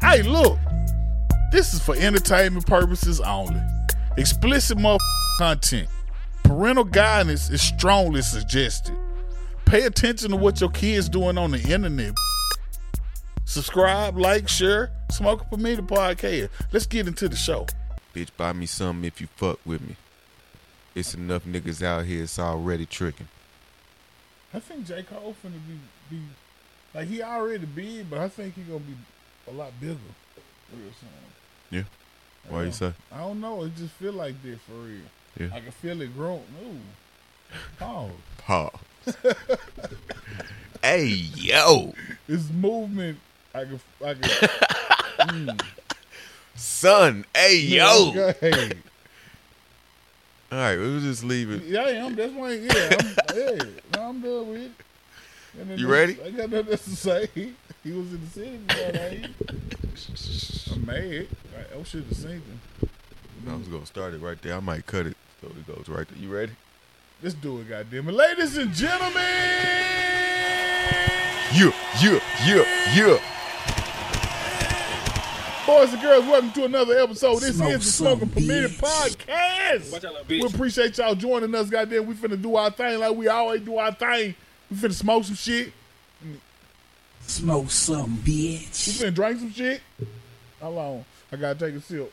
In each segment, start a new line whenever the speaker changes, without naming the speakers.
Hey, look, this is for entertainment purposes only. Explicit mother content. Parental guidance is strongly suggested. Pay attention to what your kids doing on the internet. Subscribe, like, share, smoke for me the podcast. Let's get into the show.
Bitch, buy me something if you fuck with me. It's enough niggas out here it's already tricking.
I think J. Cole finna be, be like he already big, but I think he gonna be a lot bigger. Real soon.
Yeah. Why you say?
I don't know. It just feel like this for real.
Yeah.
I can feel it growing. Ooh. Oh,
Pause. hey yo,
it's movement. I can. I can. mm.
son. Hey yo.
Okay.
All right, we'll just leave it.
Yeah, I am. That's why. Yeah, I'm, yeah. No, I'm done with it. And then
You
this-
ready?
I got nothing else to say. He was in the city. Before I I'm mad. oh, I, I should have seen him.
I was gonna start it right there. I might cut it so it goes right there. You ready?
Let's do it, goddamn it, ladies and gentlemen,
Yeah, yeah, yeah, yeah.
boys and girls. Welcome to another episode. This
Smoke
is the
some
Smoking Permitted
bitch.
podcast.
Watch out, little
We
bitch.
appreciate y'all joining us, goddamn. We finna do our thing like we always do our thing. We finna smoke some shit.
Smoke some,
We
bitch.
finna drink some shit. How long? I gotta take a sip.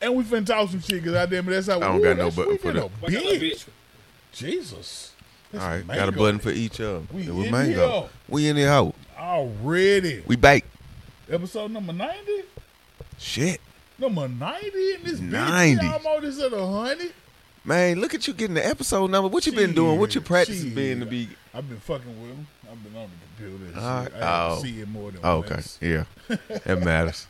And we finna talk some shit, cause goddamn it, that's how.
don't
Ooh,
got no
that's-
button
we
for
finna
that.
Watch out, little
bitch.
bitch.
Jesus. That's
All right,
mango.
got a button for each of them.
We
and we
in
mango.
here.
We in the hoe.
already.
We bake.
Episode number ninety.
Shit,
Number ninety in this bitch.
90.
We almost at a hundred.
man. Look at you getting the episode number. What you been doing? What your
Shit,
practice
shit.
been to be?
I've been fucking with him. I've been on the computer. And shit.
All
I
right.
had to
Oh.
see it more than
Oh,
once.
okay, yeah, that matters.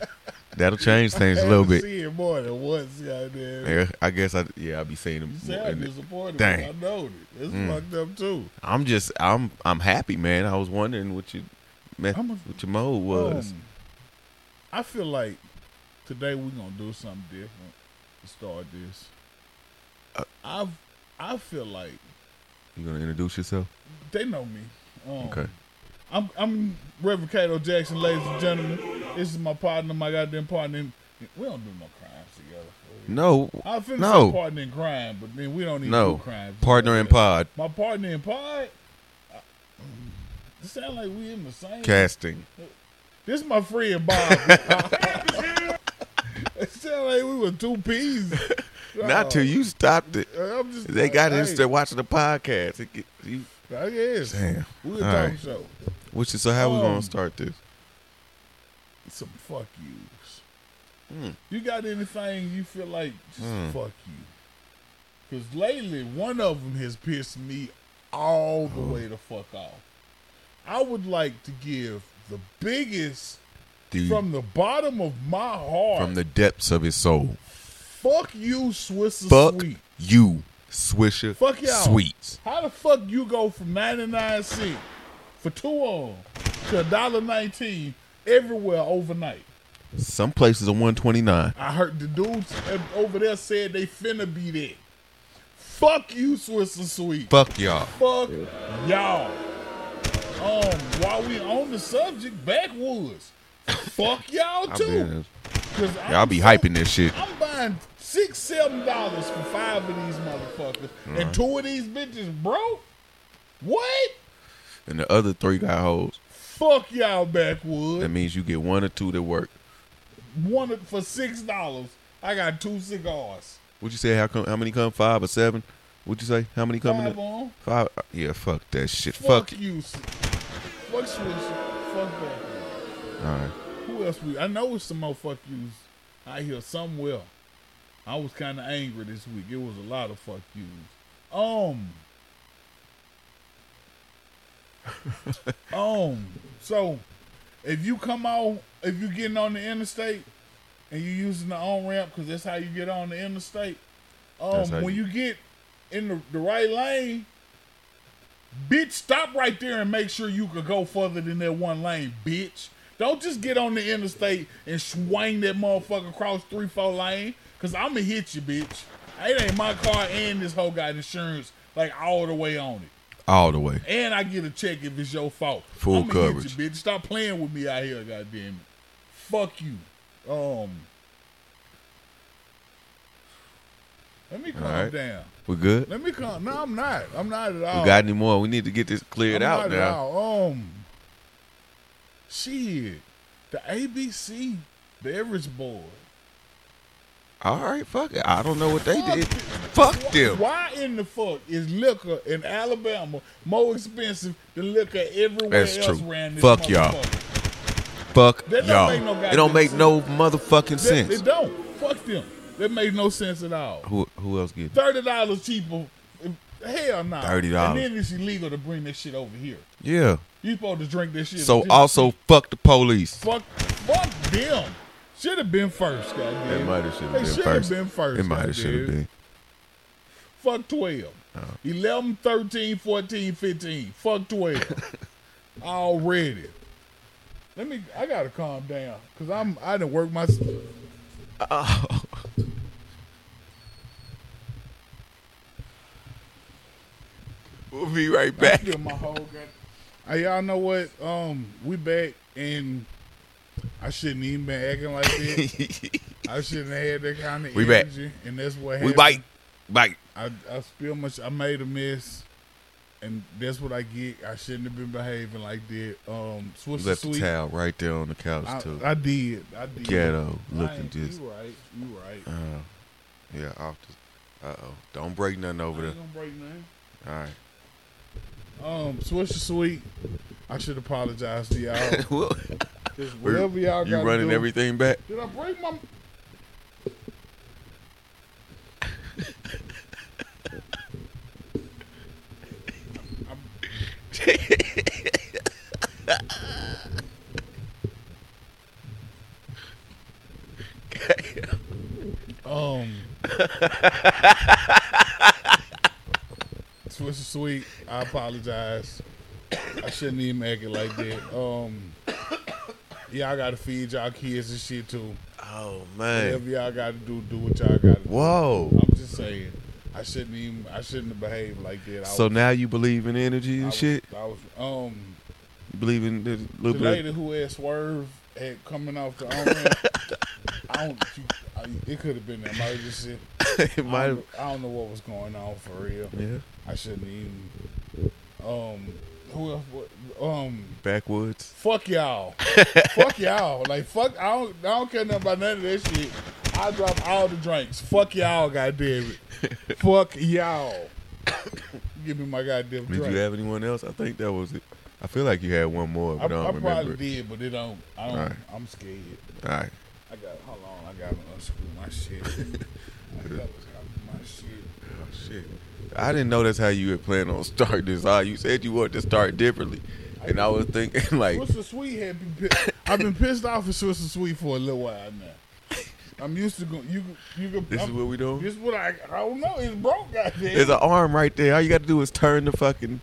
That'll change things
I
a
had
little
to
bit.
See it more than once, goddamn.
Yeah, I guess I yeah I'll be seeing them.
You
more
sound
in it.
disappointed.
Dang. Mm.
I know it. It's fucked up too.
I'm just I'm I'm happy, man. I was wondering what you met,
I'm a-
what your mode was.
Um, I feel like today we're gonna do something different to start this.
Uh.
I've I feel like
you gonna introduce yourself?
they know me. Um,
Okay.
I'm I'm Reverend Cato Jackson, ladies and gentlemen. This is my partner, my goddamn partner. In, we don't do no crimes together. for real.
No,
I feel
no.
like partner in crime, but then we don't even do
no.
crimes.
Partner in
together.
pod
My partner in pod. I- It sound like we in the same.
casting.
This is my friend Bob. it sound like we were two peas.
Not till you stopped it.
I'm just.
They got
Oh. hey,
it. They're watching the podcast. It get, you,
I guess.
damn.
We were
All
talking
right.
show.
Which is so how we
Um,
gonna start this?
Some fuck yous.
Hmm.
You got anything you feel like just fuck you? Because lately, one of them has pissed me all
Oh.
the way the fuck off. I would like to give the biggest
Dude, from,
from the bottom of my heart.
the depths of his soul.
fuck you, Swiss is
Fuck
sweet.
you, Swisher.
Fuck y'all.
Sweets.
How the fuck you go from 99 cent for two of 'em to $1.19 everywhere overnight?
Some places are one twenty nine.
I heard the dudes over there said they finna be there. Fuck you, Swiss and Sweet.
Fuck y'all.
Fuck y'all. Um, while we on the subject, backwoods. Fuck y'all
I've
too.
been.
Cause I'm
Y'all be
so-
hyping this shit.
I'm buying six, seven dollars for five of these motherfuckers,
Uh-huh.
and two of these bitches broke. What?
and the other three got hoes.
Fuck y'all,
That
backwood.
means you get one or two that work.
One of- for six dollars. I got two cigars.
Would you say how come? How many come? Five or seven? Would you say how many come? in
Five
the-
on.
Five. Yeah, fuck that shit.
Fuck,
Fuck. it.
you. Sw- Fuck Swiss. Fuck backwood.
All right.
Who else? We? I know it's some more fuck yous out here somewhere. I was kind of angry this week. It was a lot of fuck yous. Um. um. So, if you come on, if you getting on the interstate and you using the on ramp, because that's how you get on the interstate. Um,
That's how
when
you-
you get in the, the right lane, bitch, stop right there and make sure you could go further than that one lane, bitch. Don't just get on the interstate and swing that motherfucker across three, four lane, cause I'ma hit you, bitch. It ain't my car and this whole got insurance like all the way on it.
all the way.
And I get a check if it's your fault.
Full
I'ma hit
coverage.
you, bitch. Stop playing with me out here, goddamn it. Fuck you. Um. Let me calm
Alright.
down.
We good?
Let me calm. No, I'm not. I'm not at all.
We got any more? We need to get this cleared
I'm
out
not at
now.
all. Um. Shit. The ABC, Beverage Board.
All right, fuck it. I don't know what they
Fuck
did.
it.
Fuck them.
Why in the fuck is liquor in Alabama more expensive than liquor everywhere
That's
else
true.
around this
Fuck y'all.
motherfucker?
Fuck
That don't
y'all.
make no
it don't
goddamn
make
sense.
no motherfucking
That-
sense.
It don't. Fuck them. That made no sense at all.
Who who else get?
Thirty dollars cheaper. Hell no.
$30.
And then it's illegal to bring that shit over here.
Yeah.
You supposed to drink that shit.
So
just-
also fuck the police.
fuck, fuck them. Should have been first, goddamn.
It might have should have
They
been
shoulda
first.
been first,
It might
goddamn.
have Uh. should have been.
Fuck 12. 11, 13, 14, 15. Fuck 12. Already. Let me, I gotta calm down. Cause I'm, I didn't work my,
We'll be right
I
back.
feel my whole god- Hey, Uh, y'all know what? Um, we back and I shouldn't even been acting like that. I shouldn't have had that kind of
We back.
energy. And that's what happened.
we bite. Bite.
I, I spill much. I made a mess, and that's what I get. I shouldn't have been behaving like that. Um, Swiss
Left the
sweet.
towel right there on the couch
I,
too.
I did. I did.
Ghetto
I
looking
ain't-
just.
You right. You right.
Uh, yeah. Off the. Uh oh. Don't break nothing
I
over there.
ain't gonna break nothing.
All right.
Um, Swiss sweet. I should apologize to y'all.
Well,
Just whatever y'all
you
got
running
do.
everything back?
Did I break my? Um. Swiss is sweet. I apologize. I shouldn't even make it like that. Um. Yeah, I gotta feed y'all kids and shit too.
Oh man.
Whatever y'all gotta do, do what y'all gotta do.
Whoa.
I'm just saying. I shouldn't even. I shouldn't have behaved like that. I
So now you believe in energy
I
and
was-
shit?
I was. Um.
You believe in the
The
little bit?
lady who had swerve had coming off the. on ramp, I don't. She, I, it could have been an emergency.
It
I don't,
might have.
know- I don't know what was going on for real.
Yeah.
I shouldn't even. Um, who else? wa- Um,
Backwoods.
fuck y'all. fuck y'all. Like fuck. I don't. I don't care nothing about none of that shit. I drop all the drinks. Fuck y'all, goddamn it. fuck y'all. Give me my goddamn
Did
drink.
you have anyone else? I think that was it. I feel like you had one more,
I,
but I,
I
don't remember.
probably
it.
did, but it don't. I don't.
Alright.
I'm scared.
All right.
I got. Hold on. I gotta unscrew my shit. I gotta unscrew my shit.
Oh, shit. I didn't know that's how you had planned on starting this. Ah, you said you wanted to start differently, and I was thinking like,
Swiss and Sweet had been. Pissed. I've been pissed off at Swiss and Sweet for a little while now. I'm used to going. You you can.
this is
I'm-
what we doing.
This is what I. I don't know. It's broke,
There's
goddamn.
an arm right there. All you got to do is turn the fucking.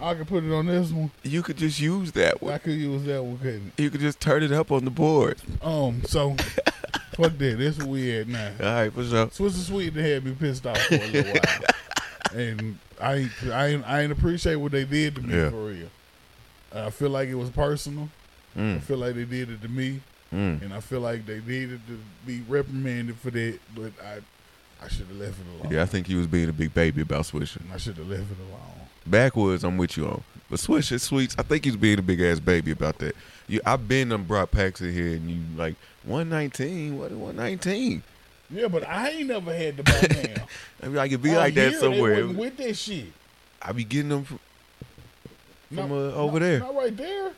I could put it on this one.
You could just use that
I
one.
could use that one, couldn't
You could just turn it up on the board.
it? Um. So, fuck that. That's what we had now.
All right, for sure.
Swiss and Sweet they had me pissed off for a little while, and I ain't, I ain't, I ain't appreciate what they did to me
Yeah.
for real. And I feel like it was personal. I
Mm,
feel like they did it to me,
mm.
and I feel like they needed to be reprimanded for that. But I, I should have left it alone.
Yeah, I think he was being a big baby about Swisher.
I should have left it alone.
Backwoods, I'm with you on. But Swish is sweets. I think he's being a big ass baby about that. You, I've been done brought packs in here, and you like 119. What 119?
Yeah, but I ain't never had the buy now.
I mean, I could be
All
like that
year, Oh, They
somewhere.
wasn't with that shit
I be getting them from,
No,
from uh, over
no,
there.
Not right there.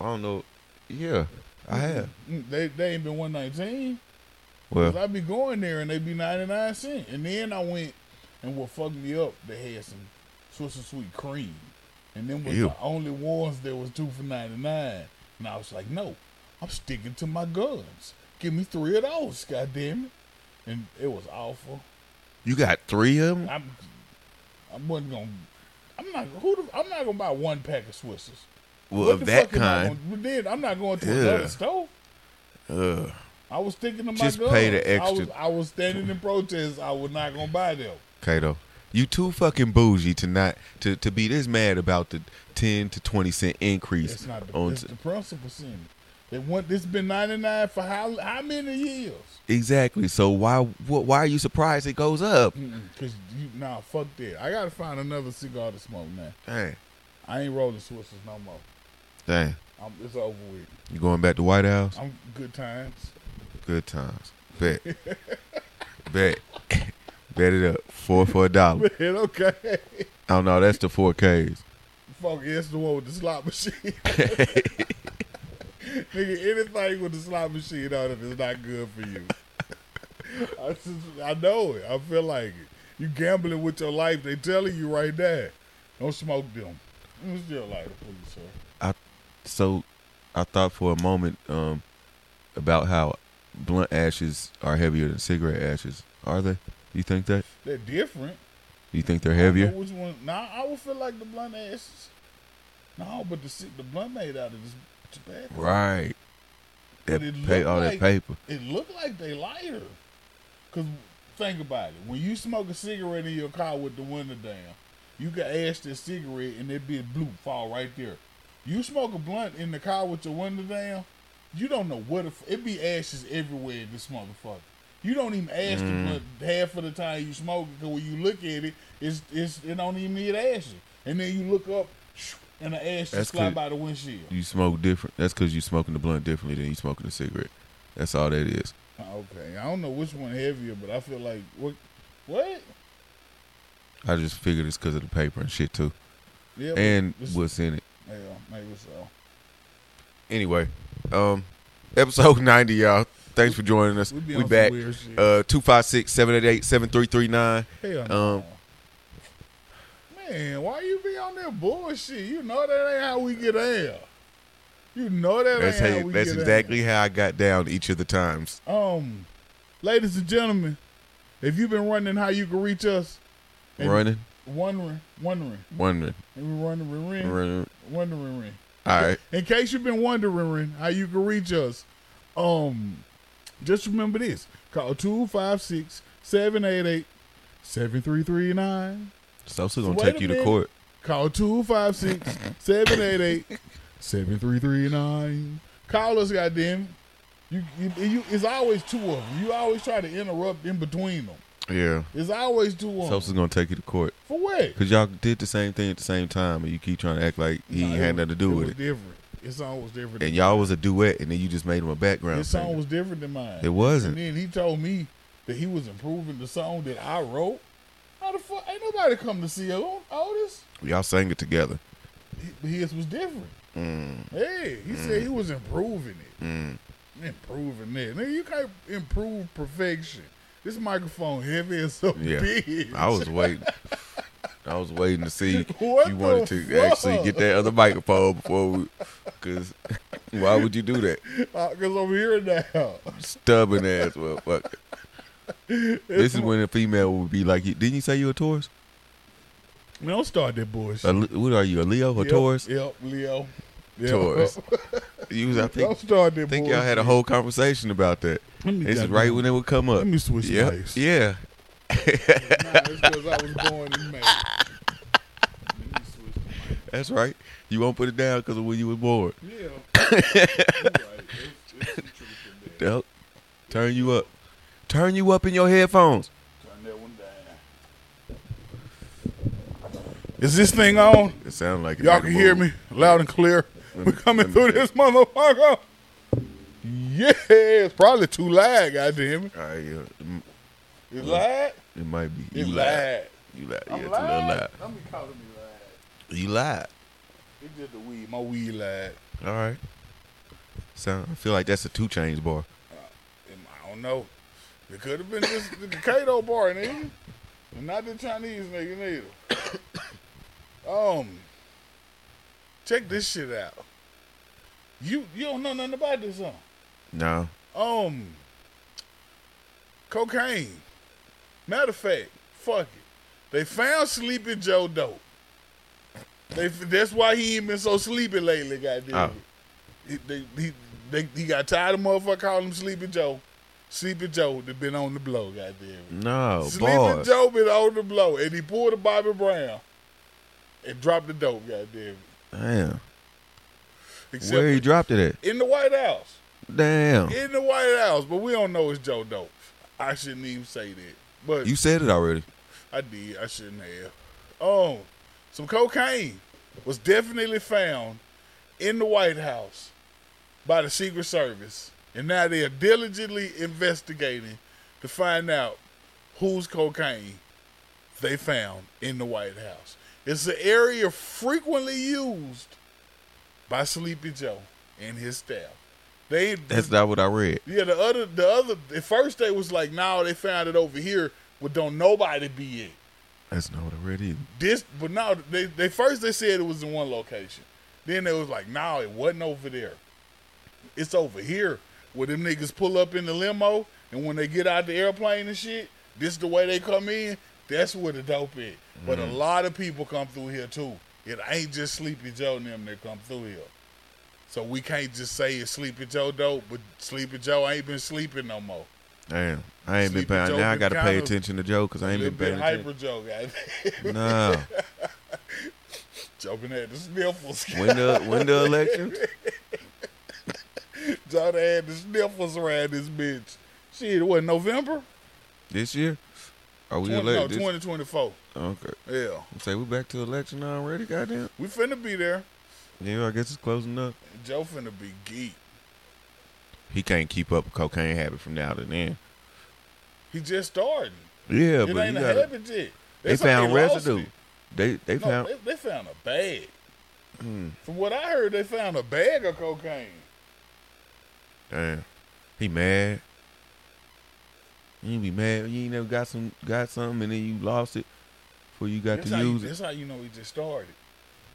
I don't know. Yeah, I have.
Mm, They they ain't been one nineteen. Cause
Well,
I be going there and they be ninety nine cent, and then I went and what fucked me up. They had some Swiss and sweet cream, and then was
Ew.
the only ones that was two for ninety nine. And I was like, no, I'm sticking to my guns. Give me three of those, goddamn it. And it was awful.
you got three of them.
I'm I wasn't gonna. I'm not who the, I'm not gonna buy one pack of Swisses.
Well,
What
of
the
that
fuck am I
kind.
gonna- but then I'm not going to
Yeah.
another store.
Ugh.
I was sticking to my
Just
guns.
pay the
I was,
extra.
I was standing in protest. I was not gonna buy them.
Kato, You too fucking bougie to not to, to be this mad about the ten to twenty cent increase
That's not the,
on
that's the principal sin. They want this been ninety nine for how how many years?
exactly. So why wh- why are you surprised it goes up?
Because you nah fuck that. I gotta find another cigar to smoke now.
Dang,
I ain't rolling switches no more.
dang,
I'm, it's over with.
you going back to White House?
I'm good times.
Good times. Bet. Bet. Bet it up. Four for a dollar.
Man, okay.
Oh no, that's the four Ks.
Fuck, yeah, it's the one with the slot machine. Nigga, anything with the slot machine on it is not good for you. I, just, I know it. I feel like it. You gambling with your life. They telling you right there, don't smoke them. It's your life, please, sir.
So I thought for a moment um, about how blunt ashes are heavier than cigarette ashes. Are they? You think that?
They're different.
You think they're
I don't
heavier?
know which one? Nah, I would feel like the blunt ashes. No, but the ci- the blunt made out of this tobacco.
Right. That
But it
pay,
look
all
like-
that paper.
It looked like they lighter. Cause think about it, when you smoke a cigarette in your car with the window down, you can ash that cigarette and that big bloop fall right there. You smoke a blunt in the car with your window down, you don't know what if it be ashes everywhere in this motherfucker. You don't even ash the blunt half of the time you smoke it, cause when you look at it, it's it's it don't even need ashes. And then you look up and the ash
That's
just fly
good.
by the windshield.
You smoke different. That's because you smoking the blunt differently than you smoking the cigarette. That's all that is.
Okay, I don't know which one heavier, but I feel like what what.
I just figured it's because of the paper and shit too,
Yeah, but
and
it's-
what's in it.
yeah, maybe so.
anyway, um, episode 90, y'all. Thanks for joining us.
We be
We,
on some
back.
weird shit.
Uh, 256 788 7339.
Hell
um,
no. Man, why you be on that bullshit? You know that ain't how we get air. You know that
That's,
ain't
how,
how we
that's
get
exactly how I got down each of the times.
air. Um, ladies and gentlemen, if you've been running, how you can reach us? And
Running,
wondering, wondering,
wondering,
and we running, ring,
running.
wondering, ring.
All right.
In case you've been wondering how you can reach us, um, just remember this. Call 256-788-7339.
It's also going to
Wait a
take you to
minute.
court.
Call 256-788-7339. Call us, goddamn. You, you, you, it's always two of them. You always try to interrupt in between them.
Yeah.
It's always two
It's
of
also
them.
going to take you to court.
For what?
Because y'all did the same thing at the same time, and you keep trying to act like he
Nah,
ain't
it
had
was-
nothing to do
was
with it.
different. It's always different.
And y'all was a duet, and then you just made him a background
His song
singer.
was different than mine.
It wasn't.
And then he told me that he was improving the song that I wrote. How the fuck? Ain't nobody come to see O- Otis.
Y'all sang it together.
He- His was different.
Mm.
Hey, he said he was improving it. Improving it. Nigga, you can't improve perfection. This microphone heavy as a
Yeah.
bitch.
I was waiting. I was waiting to see if
What
you wanted
the
to actually get that other microphone before we. Because why would you do that?
Because I'm here now.
Stubborn ass motherfucker. This is when a female would be like, Didn't you say you a Taurus?
Man, don't start that bullshit.
A, Li- what are you, a Leo or
Yep,
Taurus?
Yep, Leo. Yep.
Taurus. You was, I
Don't
think,
start that
think y'all had a
bullshit.
whole conversation about that.
Let me
This is
goddamn-
right when it would come up.
Let me switch
yeah.
mics.
Yeah.
Nah, it's because I was born in May.
That's right. You won't put it down because of when you was born.
Yeah.
Yep. Turn you up. Turn you up in your headphones.
Is this thing on?
It sounded like it
Y'all
made
can
a
hear
move.
me loud and clear. We're coming
let me
through
check.
this motherfucker. Yeah, it's probably too loud, goddamn it.
All right, yeah, Mm,
It's loud?
it might be.
It's
you
loud.
You lied. Yeah,
I'm
it's a little
loud.
loud.
Don't be calling me loud.
You lied.
It's just the weed. My weed loud.
All right. So I feel like that's a two chains bar.
Um, I don't know. It could have been just the Kato bar, nigga. And not the Chinese nigga neither. um, check this shit out. You you don't know nothing about this, huh?
No.
Um, cocaine. Matter of fact, fuck it. They found Sleepy Joe dope. They that's why he ain't been so sleepy lately, goddamn.
Oh.
He, they, he, they, he got tired of motherfucker calling him Sleepy Joe. Sleepy Joe that been on the blow, goddamn.
No,
Sleepy
Oh, boy.
Joe been on the blow, and he pulled a Bobby Brown and dropped the dope, goddamn.
Damn.
Except
Where he dropped it
in the White House,
at? Damn.
in the White House, but we don't know it's Joe dope. I shouldn't even say that, but
You said it already.
I did. I shouldn't have. Um, some cocaine was definitely found in the White House by the Secret Service, and now they are diligently investigating to find out whose cocaine they found in the White House. It's an area frequently used by Sleepy Joe and his staff. They
That's not what I read.
yeah, the other, the other, at first they was like, "No, they found it over here, but don't nobody be it."
That's not what I read either.
This, but now they, they first they said it was in one location. Then they was like, "No, it wasn't over there. It's over here." Where them niggas pull up in the limo, and when they get out the airplane and shit, this the way they come in. That's where the dope is. But a lot of people come through here too. It ain't just Sleepy Joe and them that come through here. So we can't just say it's Sleepy Joe dope, but Sleepy Joe ain't been sleeping no more.
Damn. I ain't been
Sleepy Joe
paying. Now I
been
got to pay
kinda-
attention to Joe because I ain't
Little
been
bit
paying
hyper
attention.
Joe, guys.
No.
Joking at the sniffles.
When the, when the election?
Joe done had the sniffles around this bitch. Shit, what, November?
This year? Are we
20, no,
elected?
2024.
Okay.
Yeah.
Say we back to election already? Goddamn.
We finna be there.
Yeah, I guess it's close enough.
Joe finna be geek.
He can't keep up a cocaine habit from now to then.
He just starting.
Yeah,
it
but
ain't a
you gotta,
habit yet.
they
That's how
found
lost
residue.
it.
They they
No,
found Hmm.
they, they found a bag. From what I heard, they found a bag of cocaine.
damn. He mad. You be mad. You ain't never got some got something and then you lost it before you got
That's
to
how, you,
use it.
that's how you know he just started.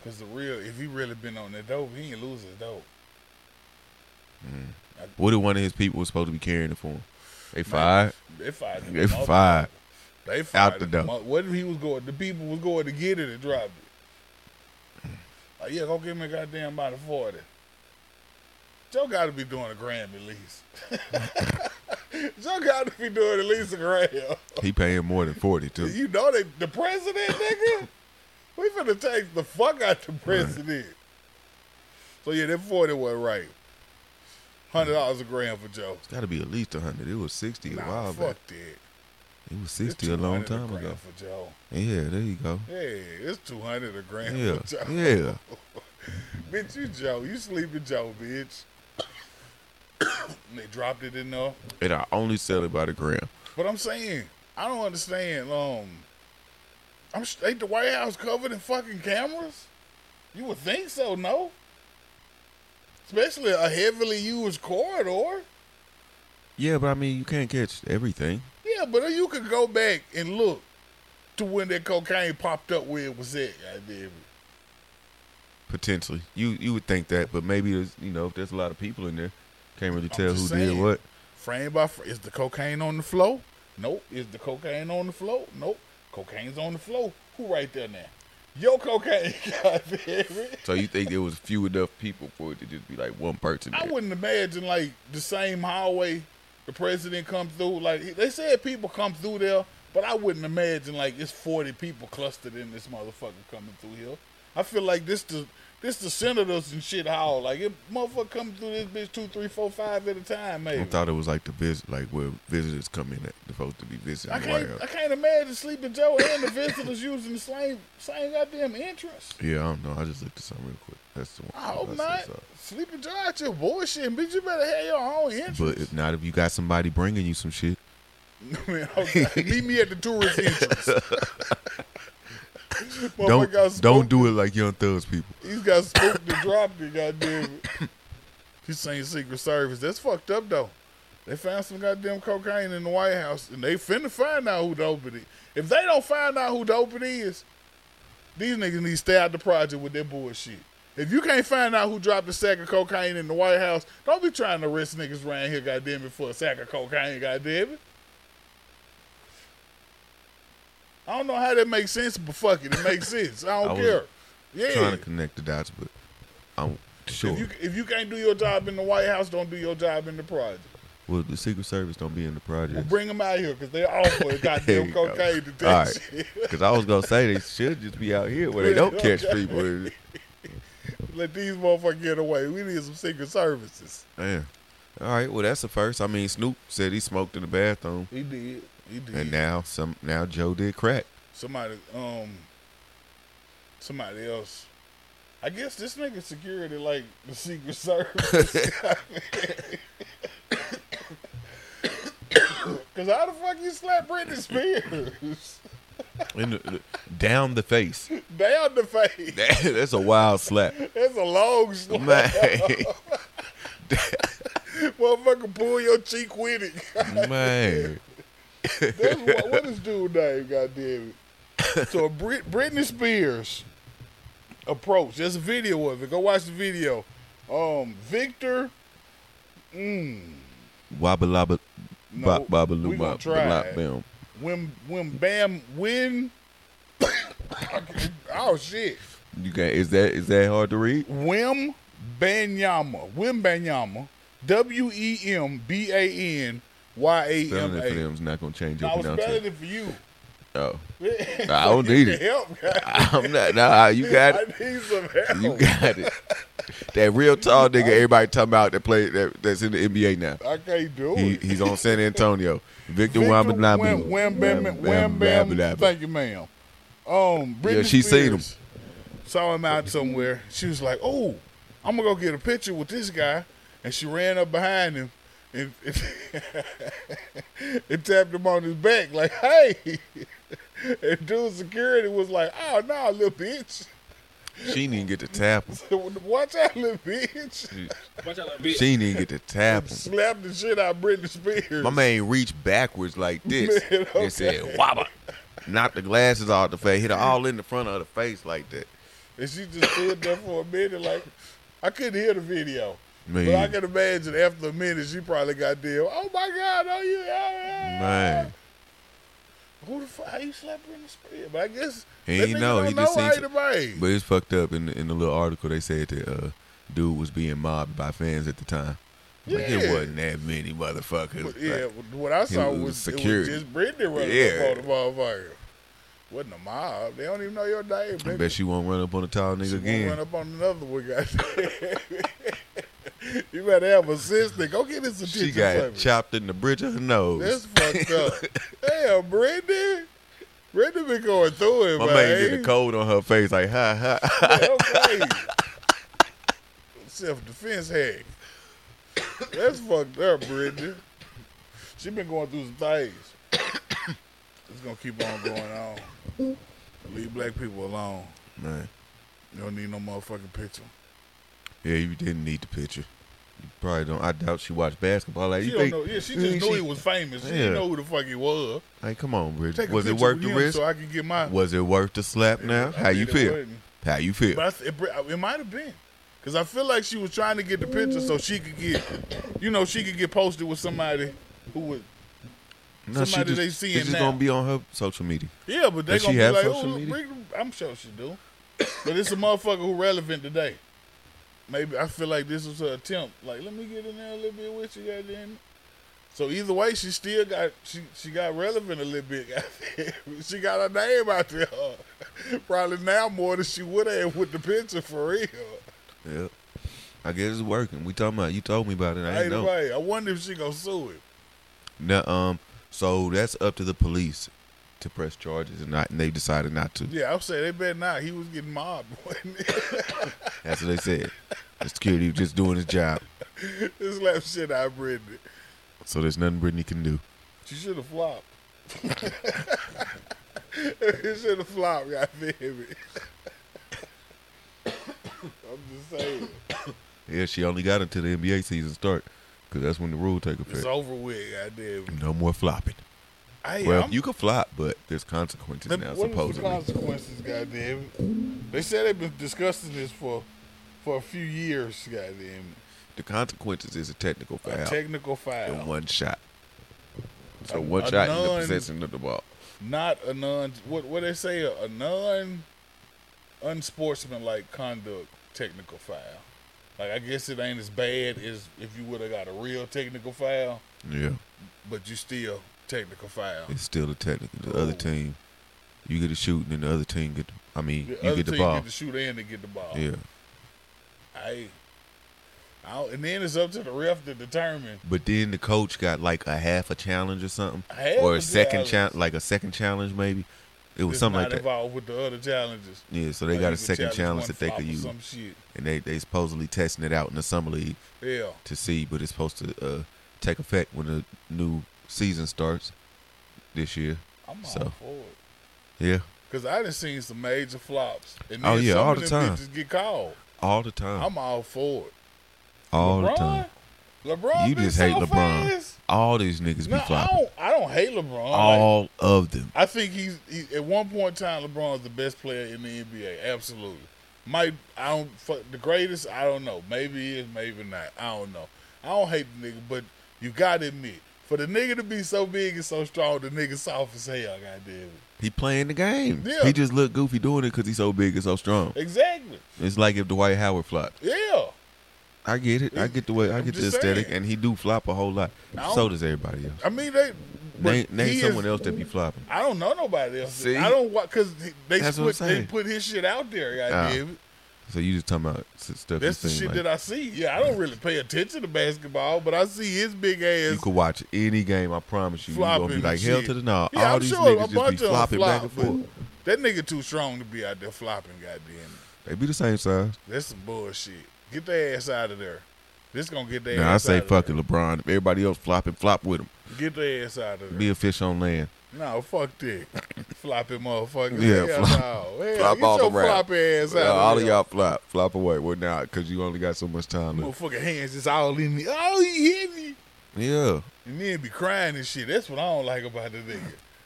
Cause the real, if he really been on that dope, he ain't lose his dope.
What if one of his people was supposed to be carrying it for him? They fired.
They fired. him.
They fired.
They fired
Out the
him.
door.
What if he was going? The people was going to get it and drop it. Like, yeah, go give me a goddamn bottle of forty. Joe got to be doing a gram at least. Joe got to be doing at least a gram.
He paying more than forty too.
You know they the president, nigga. we finna take the fuck out the president. So yeah, that forty was right. Hundred dollars a gram for Joe.
It's got to be at least hundred. It was sixty a
Nah,
while
fuck
back.
that.
It was
It's
sixty a long
200
time
gram
ago.
for Joe.
Yeah, there you go.
Yeah, it's two hundred a gram
Yeah,
for Joe.
yeah.
Bitch, you Joe, you sleeping Joe, bitch. And they dropped it in there,
And I only sell it by the gram.
but I'm saying I don't understand. Um, I'm sh- ain't the White House covered in fucking cameras? You would think so, no? Especially a heavily used corridor.
Yeah, but I mean, you can't catch everything.
Yeah, but you could go back and look to when that cocaine popped up where it was at. Goddamn it.
Potentially, you you would think that, but maybe there's you know if there's a lot of people in there, can't really tell who
just
did
saying.
what.
frame by frame. Is the cocaine on the floor? Nope. Is the cocaine on the floor? Nope. Cocaine's on the floor. Who right there now? Yo, cocaine. God damn it.
So you think there was few enough people for it to just be like one person?
I
there?
wouldn't imagine like the same highway the president come through. Like he- they said, people come through there, but I wouldn't imagine like it's forty people clustered in this motherfucker coming through here. I feel like this the this the senators and shit hall. Like it motherfucker coming through this bitch two, three, four, five at a time,
I
maybe.
thought it was like the visit, like where visitors come in at, supposed to be visiting.
I
the White
can't, I
House.
can't imagine Sleeping Joe and the visitors using the same same goddamn entrance.
Yeah, I don't know. I just looked at something real quick. That's the one.
I hope
that's
not.
what's up.
Sleeping Joe out your bullshit, bitch. You better have your own
But
entrance.
if not, if you got somebody bringing you some shit,
I mean, okay, meet me at the tourist entrance. Motherfucker
don't
Oh, got spooked.
don't do it like Young Thugs people.
He's got spooked and dropped it, goddamn it. He's saying Secret Service. That's fucked up though. They found some goddamn cocaine in the White House, and they finna find out who dope it is. If they don't find out who dope it is, these niggas need to stay out the project with their bullshit. If you can't find out who dropped a sack of cocaine in the White House, don't be trying to arrest niggas around here, goddamn it, for a sack of cocaine, goddamn it. I don't know how that makes sense, but fuck it, it makes sense. I
I
don't
was
care. Yeah,
Trying to connect the dots, but I'm sure.
if you if you can't do your job in the White House, don't do your job in the project.
Well, the Secret Service don't be in the
Well,
project.
bring them out here because they all for
There
goddamn
you go.
cocaine detection.
All right. Because I was gonna say they should just be out here where they don't catch people.
Let these motherfuckers get away. We need some secret services.
Man. All right. Well, that's the first. I mean, Snoop said he smoked in the bathroom,
He did. He did.
and now some. Now Joe did crack.
somebody, um, somebody else. I guess this nigga security like the secret service. Cause how the fuck you slap Britney Spears
In the, down the face.
down the face?
That- that's a wild slap.
That's a long slap.
Man.
Motherfucker, pull your cheek with it.
Man.
That's what, what is dude name? Goddamn it! So Brit, Britney Spears approached. There's a video of it. Go watch the video. Um, Victor. Mm,
Wobble lobble.
No,
bop bobble
we
loo
gonna
bop.
try
blop,
it.
bam.
when when Bam when. oh shit!
You got is that is that hard to read?
Wim Banyama. Wim Banyama. W e m b a n y a
Spelling
m
it for
a.
them's not gonna change your
I was spelling
pronunciation.
it for you.
Oh, I don't need it.
Help, guys.
I'm not. Nah, you got
I
it.
need some help.
You got it. That real tall nigga everybody talking about that play that, that's in the NBA now.
I can't do
He,
it.
he's on San Antonio. Victor
Victor
Wembanyama.
Wem- Wem- Bam- Wem- Bam- Thank you, ma'am. Um, Britney
Yeah, she seen him.
Spears Saw him out somewhere. She was like, "Oh, I'm gonna go get a picture with this guy," and she ran up behind him and, and tapped him on his back, like, "Hey!" And dude, security was like, "Oh no, little bitch,
She didn't get to tap him.
watch out, little bitch."
Mm-hmm.
Watch out, like,
She
bitch.
didn't even get to tap him.
Slapped the shit out of Britney Spears.
My man reached backwards like this
Man, okay.
and said, "Wabba!" Knocked the glasses off the face. Hit her all in the front of the face like that.
And she just stood there for a minute, like I couldn't hear the video.
Me
But I
either.
can imagine after a minute, she probably got there. Oh my God! Oh you, oh, yeah.
Man,
Who the fuck? How you slapped Britney Spears? But I guess
He
that
ain't
nigga
know.
Don't
He
know
just
how
seen
he the man.
but it's fucked up. In the, in the little article, they said that uh, dude was being mobbed by fans at the time. Like,
Yeah.
it wasn't that many motherfuckers.
But
Like,
yeah, what I saw
was
was,
security.
It was just Britney running
Yeah.
up on the motherfucker. Wasn't a mob. They don't even know your name.
I
nigga.
bet she won't run up on a tall nigga
She won't
again.
Run up on another one, goddamn. you better have a sister. Go get his attention.
She got
baby.
chopped in the bridge of her nose.
That's fucked up. Damn, Brendan. Brendan been going through it,
My
man.
man get a cold on her face, like ha ha.
Self defense hack. That's fucked up, Brendan. She been going through some things. It's gonna keep on going on. Leave black people alone.
Man,
You don't need no motherfucking picture.
yeah, you didn't need the picture. You probably don't. I doubt she watched basketball. Like
She
you
don't
think?
know. Yeah, she
you
just
think
knew
she-
he was famous. She
Yeah.
didn't know who the fuck he was.
Like, come on, Bridget.
Take a
Was it
picture
worth
with
the
him
risk?
so I can get my.
Was it worth the slap? Now, how
I
you
mean, it
feel?
wasn't.
How you feel?
But I th- it, br- it might have been. Because I feel like she was trying to get the picture so she could get, you know, she could get posted with somebody who would.
No, she
somebody
just,
they seeing
it's just
now.
gonna be on her social media.
Yeah, but they
Does she
going to be like,
have
oh,
social
look,
media?
Rick- I'm sure she do. But it's a motherfucker who relevant today. Maybe I feel like this was her attempt. Like, let me get in there a little bit with you, goddamn. it. So either way, she still got she she got relevant a little bit. goddamn. she got her name out there, probably now more than she would have with the picture for real.
Yep. I guess it's working. We talking about you told me about it. I
Hey,
ain't know.
right. I wonder if she gonna sue him.
Now, um, so that's up to the police to press charges and not, and they decided not to.
Yeah, I'm saying they better not. He was getting mobbed. wasn't
That's what they said. The security was just doing his job,
he? this last shit I read. it.
so there's nothing Brittany can do.
She should have flopped. it should have flopped. God damn it. I'm just saying.
Yeah, she only got until the NBA season start, because that's when the rule take
It's
effect.
over with. God damn it.
No more flopping.
Hey,
well,
I'm-
you can flop, but there's consequences
Let-
now,
what is the
supposedly.
consequences, goddamn it? They said they've been discussing this for for a few years, goddamn
the consequences is a technical
it. A
foul
technical foul.
in one shot. So
A-
one
a
shot in the
non-
possession of the ball.
not a non what what they say a, a non unsportsmanlike conduct technical foul. Like I guess it ain't as bad as if you would have got a real technical foul,
Yeah,
but you still technical foul.
it's still a technical. The other
Ooh. team,
team, you get a shoot, and then the other team get. I mean,
The
you
other
get the
team
ball.
get to shoot and they get the ball.
yeah,
Hey, I, don't- and then it's up to the ref to determine.
but then the coach got like a half a challenge or something,
Half
or
a
a second
challenge.
challenge, like a second challenge maybe. It was
It's
something
not
like that.
involved with the other challenges.
Yeah, so they
Like,
got a
it's
second challenge
one
that they
flop
could
or
use,
Some shit.
and they they supposedly testing it out in the summer league
Yeah.
to see, but it's supposed to uh, take effect when the new season starts this year.
I'm all
So.
for it.
Yeah,
Cause I done seen some major flops, and then
Oh, yeah,
some
all
of
the
them
time.
bitches get called.
all the time,
I'm all for it.
all
LeBron,
the time.
LeBron,
You
been
just hate
so
LeBron.
fast.
All these niggas
No,
be
I
flopping.
don't. I don't hate LeBron. Like,
All of them.
I think he's he, at one point in time LeBron's the best player in the NBA. Absolutely. Might I don't fuck the greatest. I don't know. Maybe he is. Maybe not. I don't know. I don't hate the nigga, but you gotta admit, for the nigga to be so big and so strong, the nigga soft as hell. Goddamn it.
He playing the game.
Yeah.
He just look goofy doing it because he's so big and so strong.
Exactly.
It's like if Dwight Howard flopped.
Yeah.
I get it. I get the way. I
I'm
get the
just
aesthetic,
saying.
and he do flop a whole lot.
No.
So does everybody else.
I mean they. but
Name, name
he
someone
is-
else that be flopping.
I don't know nobody else.
See?
I don't watch because they
That's what
put,
I'm
they
saying.
put his shit out there.
Ah,
Goddamn it.
So you just talking about s- stuff.
That's the
you seen,
shit
like,
that I see. Yeah, I don't really pay attention to basketball, but I see his big ass
You could watch any game. I promise you. You gonna
Flopping
be
and
like hell
shit.
to the no.
Yeah,
All
I'm
these
sure a
niggas just be
bunch of them
flopping
flop,
back and
but
forth.
that nigga too strong to be out there flopping. Goddamn, it.
They be the same size.
that's some bullshit. Get their ass out of there. This gonna get their.
Now I
ass
say
out of
fucking LeBron. If everybody else flopping, flop with him.
there. Get their ass out of
Be
there.
a fish on land.
No, fuck that. flopping motherfucker.
Yeah,
hell
flop-
no. Hell,
flop
get
all
your
around.
floppy ass out.
Uh,
of
all of
there.
y'all flop, flop away. Well, now because you only got so much time. Left.
motherfucking hands is all in the. Oh, he hit me.
Yeah,
And then be crying and shit. That's what I don't like about the nigga.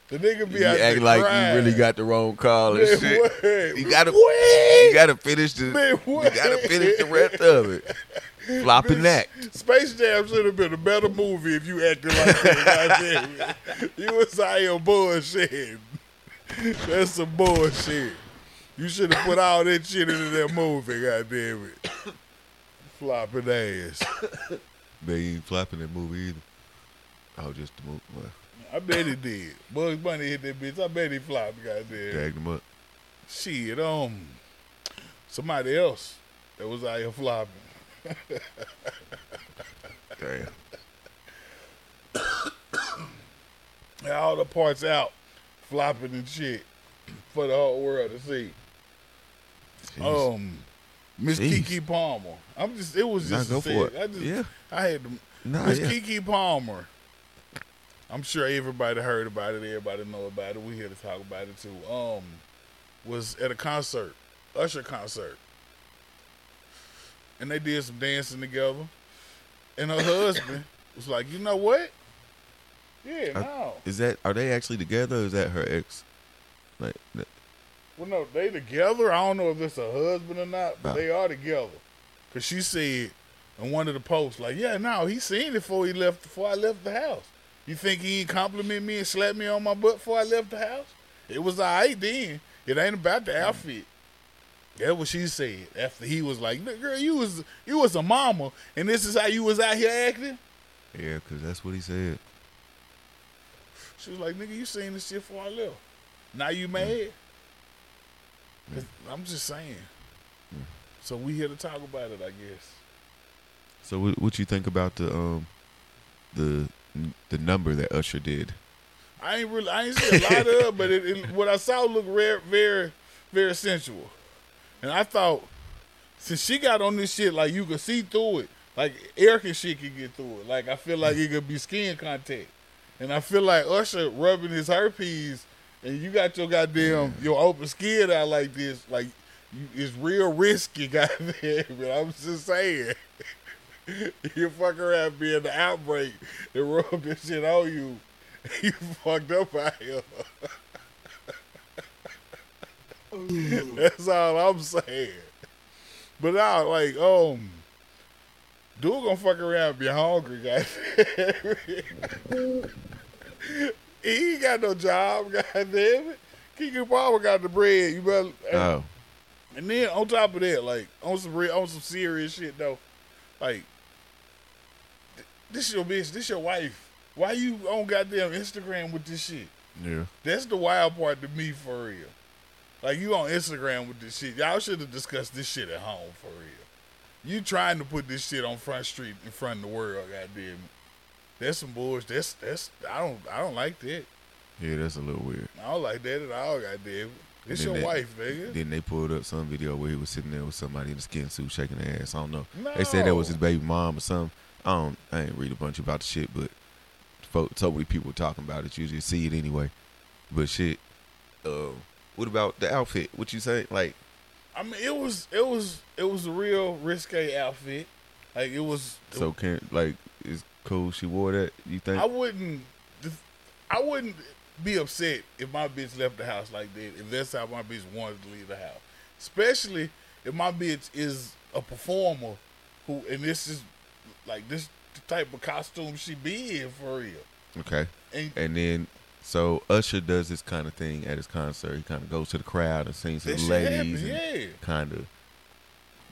The nigga be
you
out there
act like
crying.
you really got the wrong call and
Man,
shit.
what?
You gotta,
What?
you gotta finish the,
Man,
you
what?
gotta finish the rest of it. Flopping that.
Space Jam should have been a better movie if you acted like that. goddamn it. you was out here bullshit. That's some bullshit. You should have put all that shit into that movie, goddamn it. Flopping ass.
They ain't flopping that movie either. Oh, just the movie. Well,
I bet he did. Bugs Bunny hit that bitch. I bet he flopped, goddamn.
Dagged them up.
Shit, um, somebody else that was out here flopping.
Damn.
And all the parts out, flopping and shit for the whole world to see.
Jeez.
Um, Miss
Jeez.
Kiki Palmer. I'm just. It was
Nah,
just.
go
a
for
sad-
it.
I just.
Yeah.
I had to.
Nah,
Miss
yeah.
Kiki Palmer. I'm sure everybody heard about it. Everybody know about it. We here to talk about it too. Um, was at a concert, Usher concert, and they did some dancing together. And her husband was like, "You know what? Yeah,
I-
no,
Is that are they actually together? or Is that her ex? Like, th-
Well, no, they together. I don't know if it's a husband or not, but
Nah.
they are together. Cause she said in one of the posts, like, "Yeah, no, he seen it before he left. Before I left the house. You think he ain't compliment me and slap me on my butt before I left the house? It was alright then. It ain't about the outfit." That's what she said. After he was like, "Look, "Girl, you was you was a mama, and this is how you was out here acting."
yeah, because that's what he said.
She was like, "Nigga, you seen this shit before I left. Now you mad?" 'Cause I'm just saying. So we here to talk about it, I guess.
So what, what you think about the um the the number that Usher did?
I ain't really, I ain't seen a lot of, it, but it, it, what I saw looked rare, very, very sensual, and I thought since she got on this shit, like you could see through it, like Eric and shit could get through it. Like I feel like it could be skin contact, and I feel like Usher rubbing his herpes, and you got your goddamn your open skin out like this, like you, it's real risky, goddamn. But I'm just saying. You fuck around being the outbreak and rub this shit on you. You fucked up out here. That's all I'm saying. But I like, um, dude gonna fuck around and be hungry, guys. he ain't got no job, goddamn it. Kiki Palmer got the bread. You better.
Oh,
And then on top of that, like on some real, on some serious shit though, like th- this your bitch, this your wife. Why you on goddamn Instagram with this shit?
Yeah.
That's the wild part to me for real. Like you on Instagram with this shit. Y'all should have discussed this shit at home for real. You trying to put this shit on front street in front of the world, goddamn it. That's some bullshit. That's that's I don't I don't like that.
Yeah, that's a little weird.
I don't like that at all, goddamn it. It's
And
your
then they-
wife, nigga.
Then they pulled up some video where he was sitting there with somebody in a skin suit shaking their ass. I don't know. They said that was his
No.
baby mom or something. I don't. I ain't read a bunch about the shit, but fo- so many people talking about it. You just see it anyway. But shit. Uh, what about the outfit? What you say? Like,
I mean, it was it was it was a real risque outfit. Like it was.
so can like it's cool. She wore that. You think?
I wouldn't. I wouldn't be upset if my bitch left the house like that. If that's how my bitch wanted to leave the house, especially if my bitch is a performer, who and this is like this the type of costume she be in for real.
okay.
And
And then so Usher does this kind of thing at his concert. He kind of goes to the crowd and sings to
that
the
shit
ladies.
happened,
and-
yeah.
kind of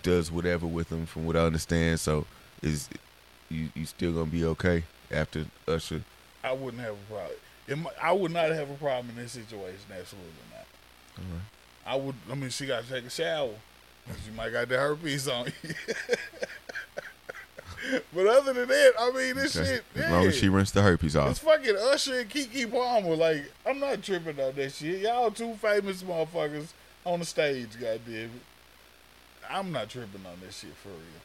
does whatever with him, from what I understand. So is you you still gonna be okay after Usher?
I wouldn't have a problem. It, mi- I would not have a problem in this situation. Absolutely not.
Alright.
I would. I mean, she got to take a shower. 'cause You might got the herpes on you. but other than that, I mean, this
Okay.
shit.
As
Yeah.
long as she rinses the
it's
herpes off.
fucking Usher and Kiki Palmer. Like, I'm not tripping on that shit. Y'all two famous motherfuckers on the stage, goddamn it. I'm not tripping on that shit for real.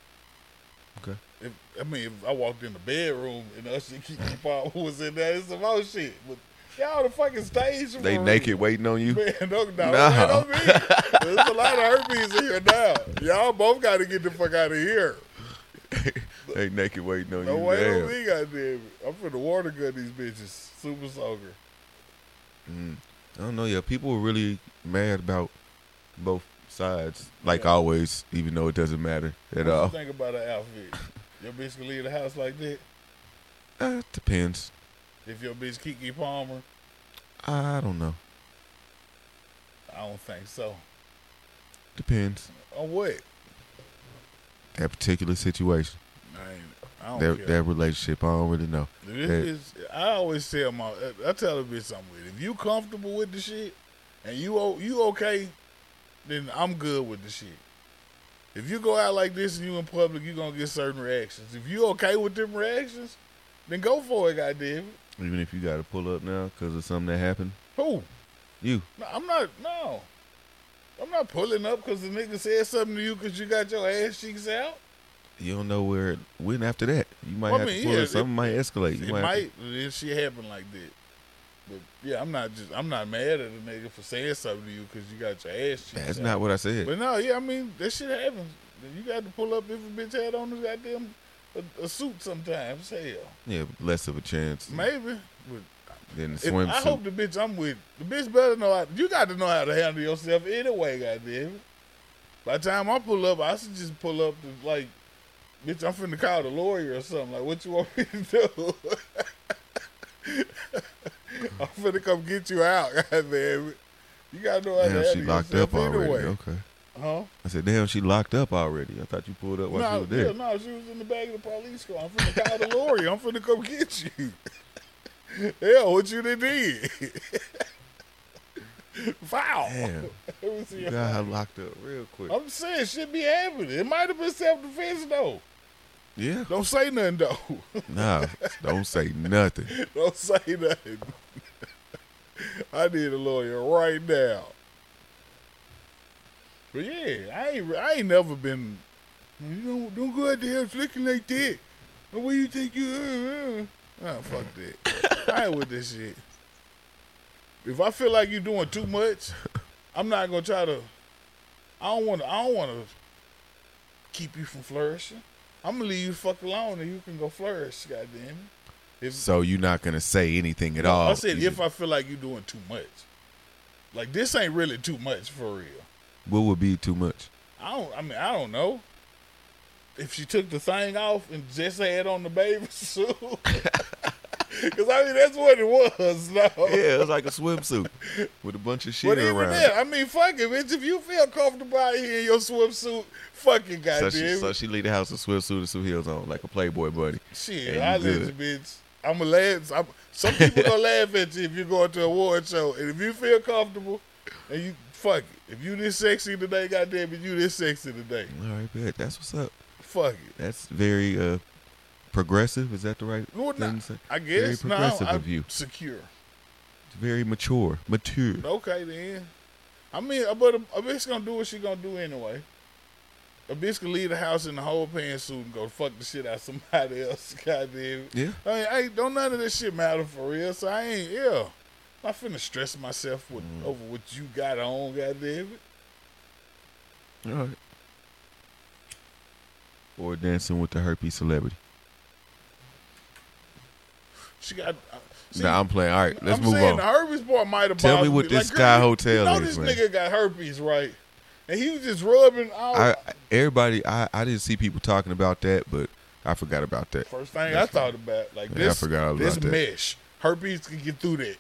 Okay.
If, I mean, if I walked in the bedroom and Usher and Kiki Palmer was in there, it's some old shit. But y'all on the fucking stage.
They
for
naked
real.
waiting on you.
Man, no, no,
No.
man, don't be. There's a lot of herpes in here now. Y'all both got to get the fuck out of here.
they naked waiting on
No
you.
way,
Damn.
don't be, goddamn. it. I'm finna water gun these bitches. Super soaker.
Mm. I don't know. Yeah, people were really mad about both sides, like
Yeah.
always, even though it doesn't matter at
What you
all.
think about an outfit? Your bitch can leave the house like that.
Uh, it depends.
If your bitch Kiki Palmer,
I don't know.
I don't think so.
Depends
On what?
that particular situation,
I, ain't, I don't
that
care.
that relationship. I don't really know.
This
that-
is, I always tell my, I tell a bitch something with. it. If you comfortable with the shit, and you o- you okay, then I'm good with the shit. If you go out like this and you in public, you gonna get certain reactions. If you okay with them reactions, then go for it, goddamn. it.
Even if you got to pull up now because of something that happened,
Who?
you
No, I'm not. No, I'm not pulling up because the nigga said something to you because you got your ass cheeks out.
you don't know where when after that you might
Well, I
have
mean,
to pull
yeah,
it. Something might escalate. You
it
might. have to-
might if shit happen like that. But yeah, I'm not just I'm not mad at a nigga for saying something to you because you got your ass cheeks
that's
out.
not what I said.
But no, yeah, I mean that shit happens. You got to pull up if a bitch had on a goddamn a, a suit sometimes. Hell,
yeah, less of a chance
maybe. But
than a
if, I hope
swimsuit.
the bitch I'm with, the bitch better know. How, you got to know how to handle yourself anyway, goddamn. it. By the time I pull up, I should just pull up to like, bitch, I'm finna call the lawyer or something. Like, what you want me to do? I'm finna come get you out, goddamn. it. You gotta know how to
Damn,
handle
she locked
yourself
up already.
anyway.
Okay.
Huh?
I said, damn, she locked up already. I thought you pulled up while
No,
she was there.
yeah, no, she was in the back of the police car. I'm finna call the lorry. I'm finna come get you. Hell, what you done did? Foul.
Damn,
It was
you
your-
got her locked up real quick.
I'm saying shit be happening. It might have been self defense though.
Yeah.
Don't say nothing though.
Nah, don't say nothing.
Don't say nothing. I need a lawyer right now. But yeah, I ain't I ain't never been. You don't don't go out there flicking like that. And What do you think you? Uh, uh. Nah, fuck that. I ain't with this shit. If I feel like you're doing too much, I'm not gonna try to. I don't want to. I don't want to keep you from flourishing. I'm gonna leave you fuck alone, and you can go flourish. Goddamn it. If
So you're not gonna say anything at all.
I said
You
if I feel like you're doing too much. Like this ain't really too much for real.
just- what would be too much?
I don't. I mean, I don't know. If she took the thing off and just had on the baby suit, Because I mean, that's what it was. No.
Yeah, it's like a swimsuit with a bunch of shit
But even
around.
then, I mean, fuck it, bitch. If you feel comfortable out here in your swimsuit, fucking
so
goddamn
she,
it.
so she leave the house in a swimsuit and some heels on, like a Playboy buddy.
Shit,
Yeah,
I
you
let you,
good.
bitch. I'm gonna laugh. I'm, some people gonna laugh at you if you go to a award show, and if you feel comfortable, and you fuck it. If you this sexy today, goddamn it, you this sexy today.
All right, bet. That's what's up.
Fuck it.
That's very uh, progressive. Is that the right
No,
thing
not-
to say?
I guess
Very
now
progressive
I'm
of you.
secure.
It's very mature. Mature.
Okay then. I mean, uh, but a, a bitch gonna do what she gonna do anyway. A bitch can leave the house in the whole pantsuit and go fuck the shit out of somebody else. Goddamn it.
Yeah.
I mean, I ain't, don't none of this shit matter for real. So I ain't, yeah. I'm not finna stress myself with,
Mm.
over what you got on, goddamn it.
All right. Or dancing with the herpes celebrity.
She got. Uh, see,
nah, I'm playing. All right, let's
I'm
move
saying
on.
the herpes boy might have.
Tell me
bothered
what this
Like,
Sky
girl, you-
Hotel
You know
is,
this
man.
nigga got herpes, right? And he was just rubbing all.
I, everybody, I, I didn't see people talking about that, but I forgot about that.
first thing I
That's
thought about, like
Yeah, I
this,
forgot all
this
about that.
mesh. Herpes can get through that.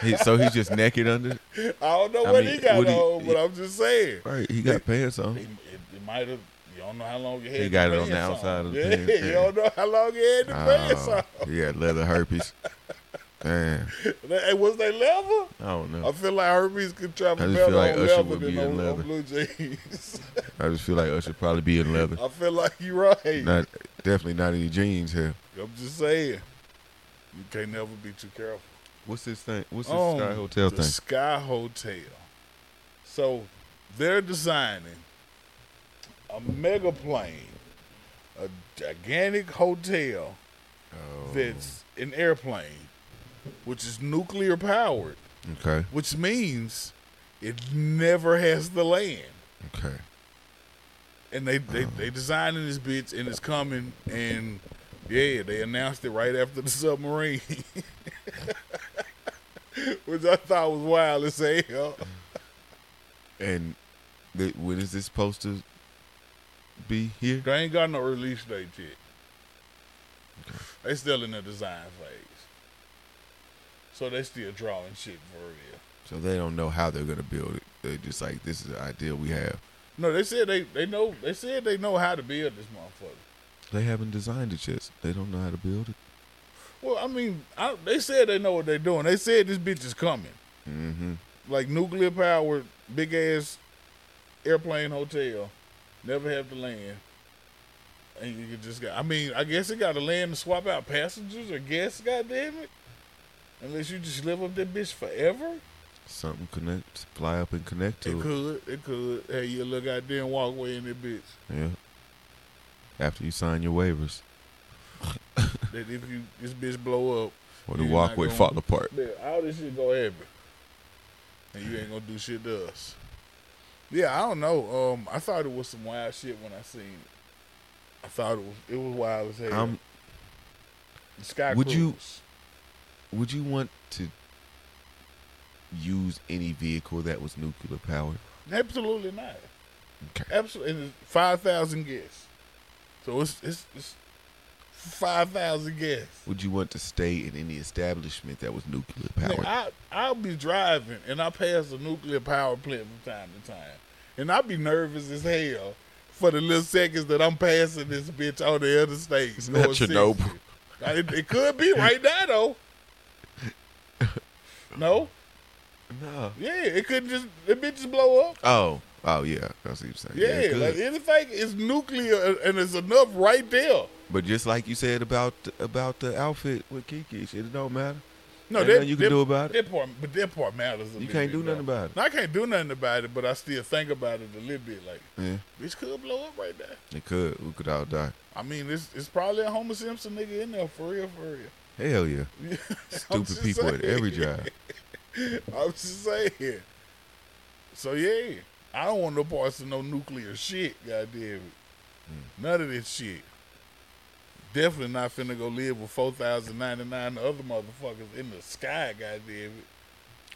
He- so he's just naked under.
I don't know
I
what
mean,
he got
what he-
on, but I'm just saying.
Right, he got pants
It,
on.
it- it might have. You don't know how long you had.
He got
the
it on the
pants
outside of the
Yeah,
pants,
you
yeah.
don't know how long you had the pants
Oh,
on.
he got leather herpes. Damn,
Hey, was they leather?
I don't
I
know.
feel like herpes could travel
I just
better
feel like
on
Usher
leather
would
than
be
on,
in
on
leather.
blue jeans.
I just feel like Usher probably be in leather.
I feel like you're right.
Not definitely not any jeans here.
I'm just saying. You can't never be too careful.
What's this thing? What's this
Oh,
Sky Hotel
the
thing?
Sky Hotel. So they're designing a mega plane, a gigantic hotel
Oh.
that's an airplane, which is nuclear powered,
Okay,
which means it never has the land.
okay.
And they they, they designing this bitch and it's coming and yeah, they announced it right after the submarine. Which I thought was wild as hell.
And th- when is this supposed to be here?
They ain't got no release date yet. They still in the design phase. So they still drawing shit for real.
So they don't know how they're gonna build it. They're just like, this is the idea we have.
No, they said they, they know they said they know how to build this motherfucker.
They haven't designed it yet. They don't know how to build it.
Well, I mean, I, they said they know what they're doing. They said this bitch is coming.
Mm-hmm.
Like nuclear powered, big ass airplane hotel. Never have to land. And you could just got I mean, I guess it gotta land to swap out passengers or guests, goddamn it. Unless you just live up that bitch forever.
Something connect, fly up and connect
It
to it.
could, it could. Hey, you look out there and walk away in that bitch.
Yeah. After you sign your waivers,
that if you this bitch blow up,
or the
You're not
walkway
gonna-
fall apart.
that all this shit go happen, and you ain't gonna do shit to us. Yeah, I don't know. Um, I thought it was some wild shit when I seen it. I thought it was it was wild as hell.
Um,
Sky
would you-
Cruise.
would you want to use any vehicle that was nuclear powered?
Absolutely not.
Okay.
Absolutely, and five thousand guests. So it's it's, it's five thousand guests.
Would you want to stay in any establishment that was nuclear
Man,
powered?
I I'll be driving and I pass a nuclear power plant from time to time, and I'll be nervous as hell for the little seconds that I'm passing this bitch on the other state. It's
not Chernobyl.
It, it could be right now though. No,
no.
yeah, it could just the bitch just blow up.
Oh, oh yeah, that's what you're saying.
Yeah,
it could.
like anything is nuclear and it's enough right there.
but just like you said about about the outfit with Kiki, shit, it don't matter.
No,
Ain't
that,
nothing you can
that-
do about it.
That part, but that part matters. A
You
little
can't
bit,
do nothing
though.
about it.
No, I can't do nothing about it, but I still think about it a little bit. Like,
Yeah,
bitch could blow up right there.
it could. We could all die.
I mean, it's it's probably a Homer Simpson nigga in there for real, for real.
Hell yeah,
I'm
stupid
just
people at
saying.
every job.
I'm just saying. So yeah, I don't want no parts of no nuclear shit. Goddamn it,
Hmm.
none of this shit. Definitely not finna go live with four thousand ninety nine other motherfuckers in the sky. Goddamn it,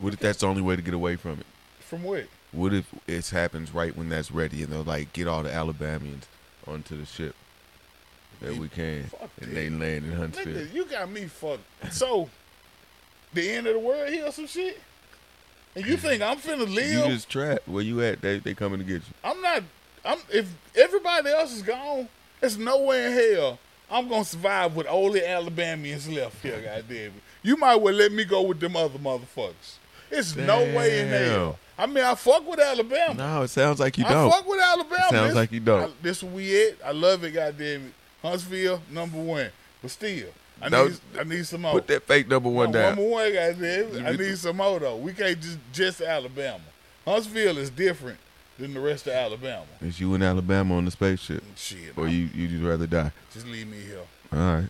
What if that's the only way to get away from it?
from what?
What if it happens right when that's ready and they'll like get all the Alabamians onto the ship? that we can.
Fuck
And
that.
Nathan Lane in Huntsville.
Nigga, you got me fucked. So, the end of the world here or some shit? And you think I'm finna
You
live?
just trapped. Where you at? They they coming to get you.
I'm not. I'm if everybody else is gone, there's nowhere in hell I'm gonna survive with only Alabamians left here. Goddamn it! You might well let me go with them other motherfuckers. It's no way in hell. I mean, I fuck with Alabama.
No, it sounds like you
I
don't.
fuck with Alabama.
Sounds
This-
like you don't.
I, this we it. I love it. Goddamn it, Huntsville number one. But still, I
No,
need I need some more.
Put that fake number
No,
one down.
Number one, goddamn.
You
I
get
need
the-
some more though. We can't just just Alabama. Huntsville is different than the rest of Alabama.
It's you in Alabama on the spaceship,
Shit,
or you you just rather die.
just leave me here.
All right.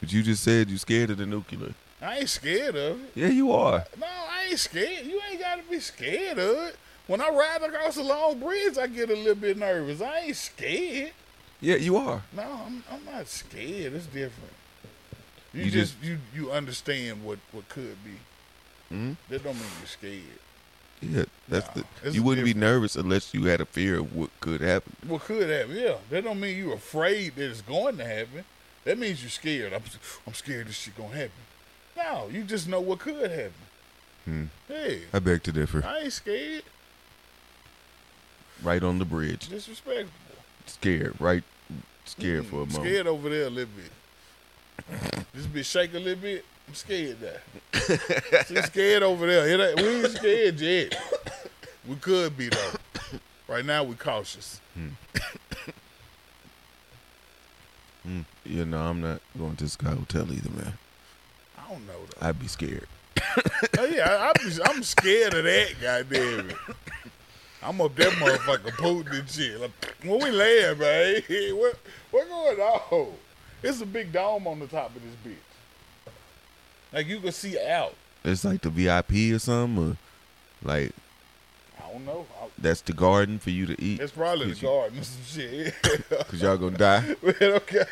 But you just said you scared of the nuclear.
I ain't scared of it.
Yeah, you are.
No, I ain't scared. You ain't gotta be scared of it. When I ride across a long bridge, I get a little bit nervous. I ain't scared.
Yeah, you are.
No, I'm I'm not scared. It's different. You,
You
just, you you understand what what could be.
Mhm.
That don't mean you're scared.
Yeah, that's
Nah,
the.
it's
You wouldn't be
different.
nervous unless you had a fear of what could happen.
What could happen? Yeah, that don't mean you're afraid that it's going to happen. That means you're scared. I'm I'm scared this shit gonna happen. No, you just know what could happen.
Hmm.
Yeah,
I beg to differ.
I ain't scared.
Right on the bridge,
Disrespectful. Hmm.
scared. Right, scared for a moment.
Mm, Scared over there a little bit. this bitch shake a little bit. I'm scared there. She's scared over there. It ain't, we ain't scared yet. We could be though. Right now we cautious.
Mm. Yeah, no, I'm not going to Sky Hotel either, man.
I don't know though.
I'd be scared.
Oh, yeah, I, I'm, I'm scared of that. Goddamn it. I'm up there motherfucker Putin and shit. Like, when we land, man, what what going on? It's a big dome on the top of this bitch. Like you can see out.
It's like the VIP or something, or like
I don't know. I,
that's the garden for you to eat
It's probably
Did
the
you-
garden or some shit.
because y'all gonna die.
Man, okay.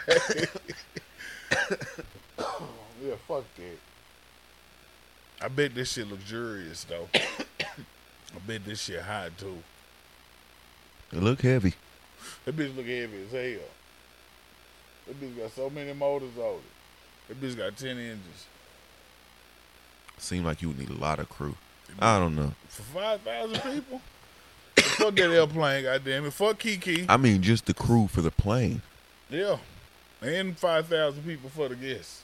yeah, fuck that. I bet this shit luxurious though. I bet this shit hot too.
It look heavy.
That bitch look heavy as hell. That bitch got so many motors on it. That bitch got ten engines.
Seem like you would need a lot of crew. I don't know.
For five thousand people? fuck that airplane, goddamn it. Fuck Kiki.
I mean, just the crew for the plane.
Yeah. And five thousand people for the guests.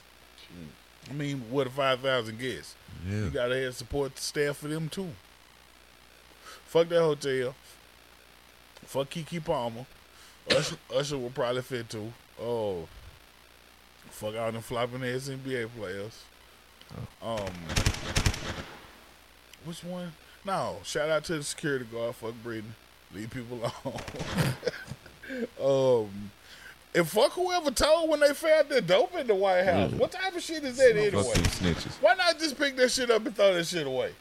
I mean, what a five thousand guests.
Yeah.
You gotta have support staff for them too. Fuck that hotel. Fuck Kiki Palmer. Usher, Usher will probably fit too. Oh, fuck all them flopping ass NBA players.
Oh.
Um, which one? No, shout out to the security guard. Fuck Brittany. Leave people alone. um, and fuck whoever told when they found the dope in the White House.
Yeah.
What type of shit is that
Fuck
anyway?
them snitches.
Why not just pick that shit up and throw that shit away?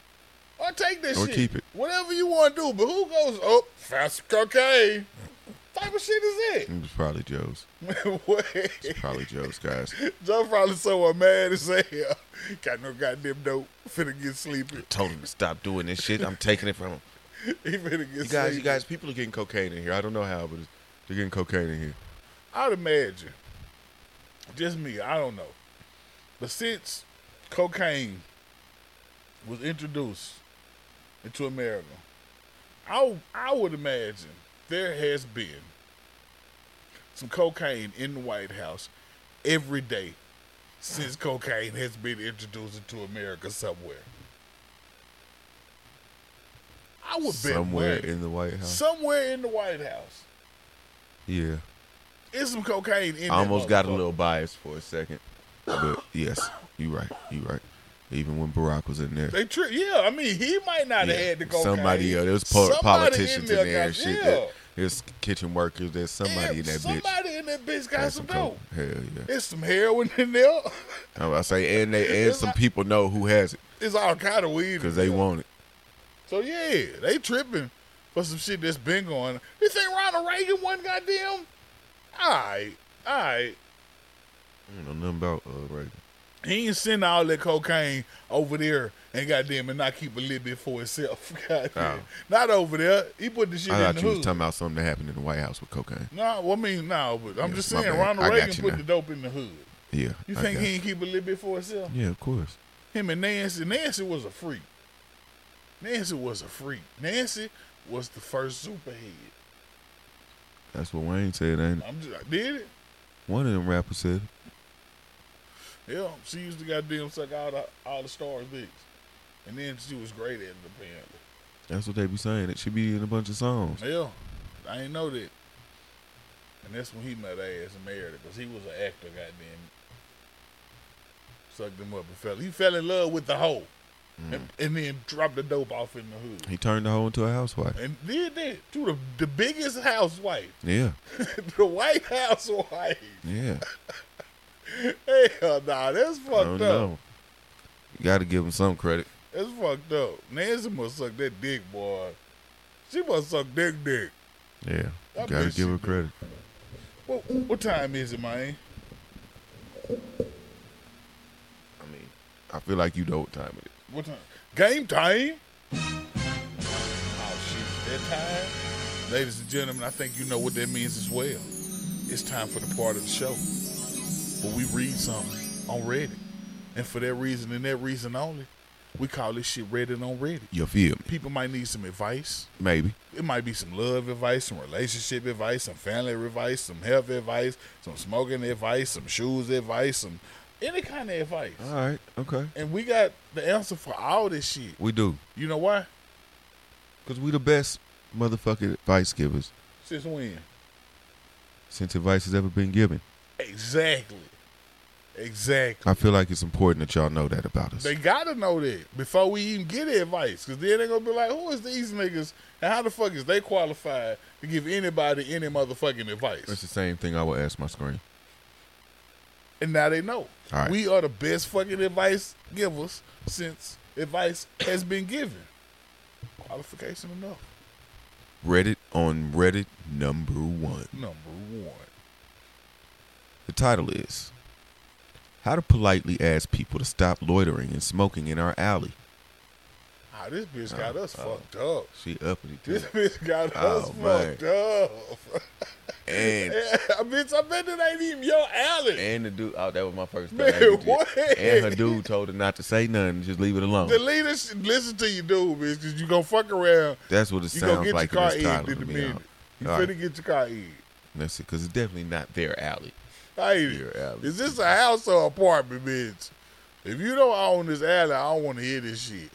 Or take that
Or
shit.
keep it.
Whatever you want to do. But who goes, oh, found some cocaine? type of shit is
It was probably Joe's.
it? What?
It's probably Joe's, guys.
Joe probably so mad as hell. Got no goddamn dope. Finna get sleepy.
Told him to stop doing this shit. I'm taking it from him.
He finna get
You guys, you
sleepy.
guys, people are getting cocaine in here. I don't know how, but it's- they're getting cocaine in here.
I'd imagine. Just me, I don't know. But since cocaine was introduced into America, I I would imagine there has been some cocaine in the White House every day since cocaine has been introduced into America somewhere. I would bet
Somewhere
money-
in the White House.
somewhere in the White House.
Yeah.
It's some cocaine in that
I almost got a
motherfucker.
little biased for a second. But yes, you right. You right. Even when Barack was in there.
They tri- yeah, I mean, he might not have
Yeah,
had to go.
somebody else. There's po- politicians in there, and shit. There- There's kitchen workers. There's somebody in that
somebody
bitch.
in that bitch got
Had
some
coke.
dope.
Hell yeah.
It's some heroin in there.
I'm about to say, and they and
It's
some
like-
people know who has it
It's all kind of weed. in
because they
there.
want it.
So yeah, they tripping for some shit that's been going. You think Ronald Reagan one goddamn? All right, all right.
I don't know nothing about uh, Reagan.
He ain't send all that cocaine over there and goddamn and not keep a little bit for himself. Goddamn.
Oh.
Not over there. He put the shit
I
in the
thought you was
hood.
talking about something that happened in the White House with cocaine.
No, well, I mean, no, but I'm
Yeah,
just
my
saying
bad.
Ronald
I got
Reagan
you
put
now.
the dope in the hood.
Yeah.
You
I
think he
got
ain't keep a little bit for himself?
you. Yeah, of course.
Him and Nancy. Nancy was a freak. Nancy was a freak. Nancy was the first superhead.
That's what Wayne said, ain't it?
I'm just, I did it.
One of them rappers said,
Yeah, she used to goddamn suck all the all the stars dicks, and then she was great at it apparently.
that's what they be saying. It should be in a bunch of songs.
Yeah, I ain't know that. And that's when he met her ass and married her, cause he was an actor. Goddamn, sucked him up and fell. He fell in love with the hoe, and, and then dropped the dope off in the hood.
He turned the whole into a housewife.
And did that to the the biggest housewife,
Yeah.
the White Housewife.
Yeah.
Hell nah, that's
I
fucked up.
don't know. You got to give him some credit.
That's fucked up. Nancy must suck that dick, boy. She must suck dick dick.
Yeah. You
That
got to
bitch
give her
should be-
credit.
What what time is it, man?
I mean, I feel like you know what time it is.
What time? Game time. Oh shit, is that time? Ladies and gentlemen, I think you know what that means as well. It's time for the part of the show where we read something on Reddit, and for that reason and that reason only, we call this shit Reddit on Reddit.
You feel me?
People might need some advice.
Maybe.
It might be some love advice, some relationship advice, some family advice, some health advice, some smoking advice, some shoes advice, some any kind of advice.
All right. Okay.
And we got the answer for all this shit.
We do.
You know why?
Because we the best motherfucking advice givers
Since when?
since advice has ever been given.
Exactly. Exactly.
I feel like it's important that y'all know that about us.
They gotta know that before we even get advice, because then they gonna be like, "Who is these niggas? And how the fuck is they qualified to give anybody any motherfucking advice?"
That's the same thing I would ask my screen.
and now they know.
All right.
We are the best fucking advice givers since advice has been given. Qualification enough.
Reddit on Reddit number one.
Number one.
The title is How to Politely Ask People to Stop Loitering and Smoking in Our Alley.
Ah, this bitch got us fucked up.
She uppity too.
This bitch got
Oh,
us
man.
fucked up.
and
bitch, I bet it ain't even your alley.
and the dude oh that was my first thing.
Man,
I did.
what?
And her dude told her not to say nothing, just leave it alone.
The leader should listen to you, dude, bitch, because you going to fuck around.
That's what it
you going
sounds
to
like
get
in
your car egged
this title
in
to
a
me.
minute.
y'all.
You
All right.
finna get your car egged.
Let's see, because it's definitely not their alley.
I hate
Your
it.
alley.
Is this a house or apartment, bitch? If you don't own this alley, I don't want to hear this shit.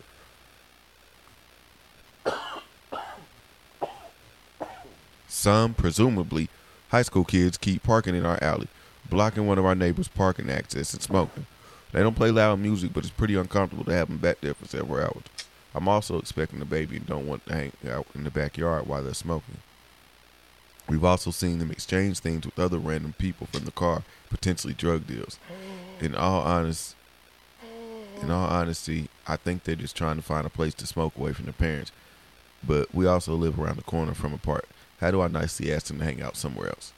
Some, presumably, high school kids keep parking in our alley, blocking one of our neighbors' parking access and smoking. They don't play loud music, but it's pretty uncomfortable to have them back there for several hours. I'm also expecting the baby and don't want to hang out in the backyard while they're smoking. We've also seen them exchange things with other random people from the car, potentially drug deals. In all honest, in all honesty, I think they're just trying to find a place to smoke away from their parents but we also live around the corner from a park. How do I nicely ask them to hang out somewhere else?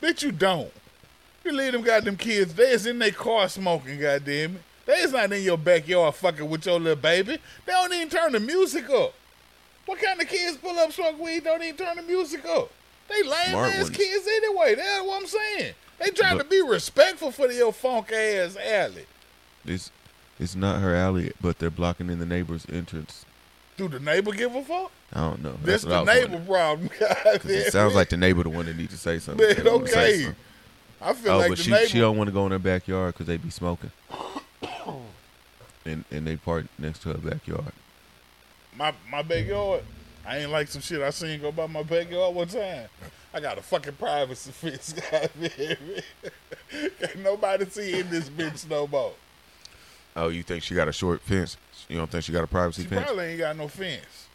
Bitch, you don't. You leave them goddamn kids. They is in their car smoking, goddamn it. They is not in your backyard fucking with your little baby. They don't even turn the music up. What kind of kids pull up smoke weed? Don't even turn the music up. They lame
Smart
ass
ones.
kids anyway. That's what I'm saying. They trying
But-
to be respectful for your funk ass alley.
This it's not her alley, but they're blocking in the neighbor's entrance.
Do the neighbor give a fuck?
I don't know.
That's,
what I
the
was
neighbor
wondering.
problem.
Cause it sounds like the neighbor the one that needs to say something. They
Man,
don't wanna say
okay.
something.
I feel
Oh,
like
but
the
she
neighbor.
she don't want to go in her backyard because they be smoking. and and they park next to her backyard.
my my backyard. I ain't like some shit I seen go by my backyard one time. I got a fucking privacy fence, goddamn it. Can't nobody see in this bitch no more.
Oh, you think she got a short fence? You don't think she got a privacy
She
fence?
probably ain't got no fence.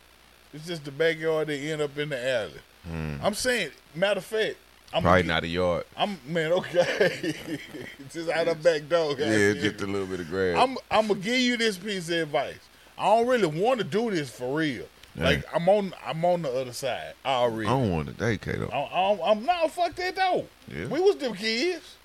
It's just the backyard they end up in the alley. I'm saying, matter of fact, I'm
Hmm. Probably not a yard.
I'm man, okay. just out of back door.
Yeah,
goddamn
it's
it.
just a little bit of grass.
I'm I'm gonna give you this piece of advice. I don't really want to do this for real.
Yeah.
Like I'm on I'm on the other side
I
already.
don't want to date Kato.
I'm, I'm, I'm not fuck that though.
Yeah.
We was them kids.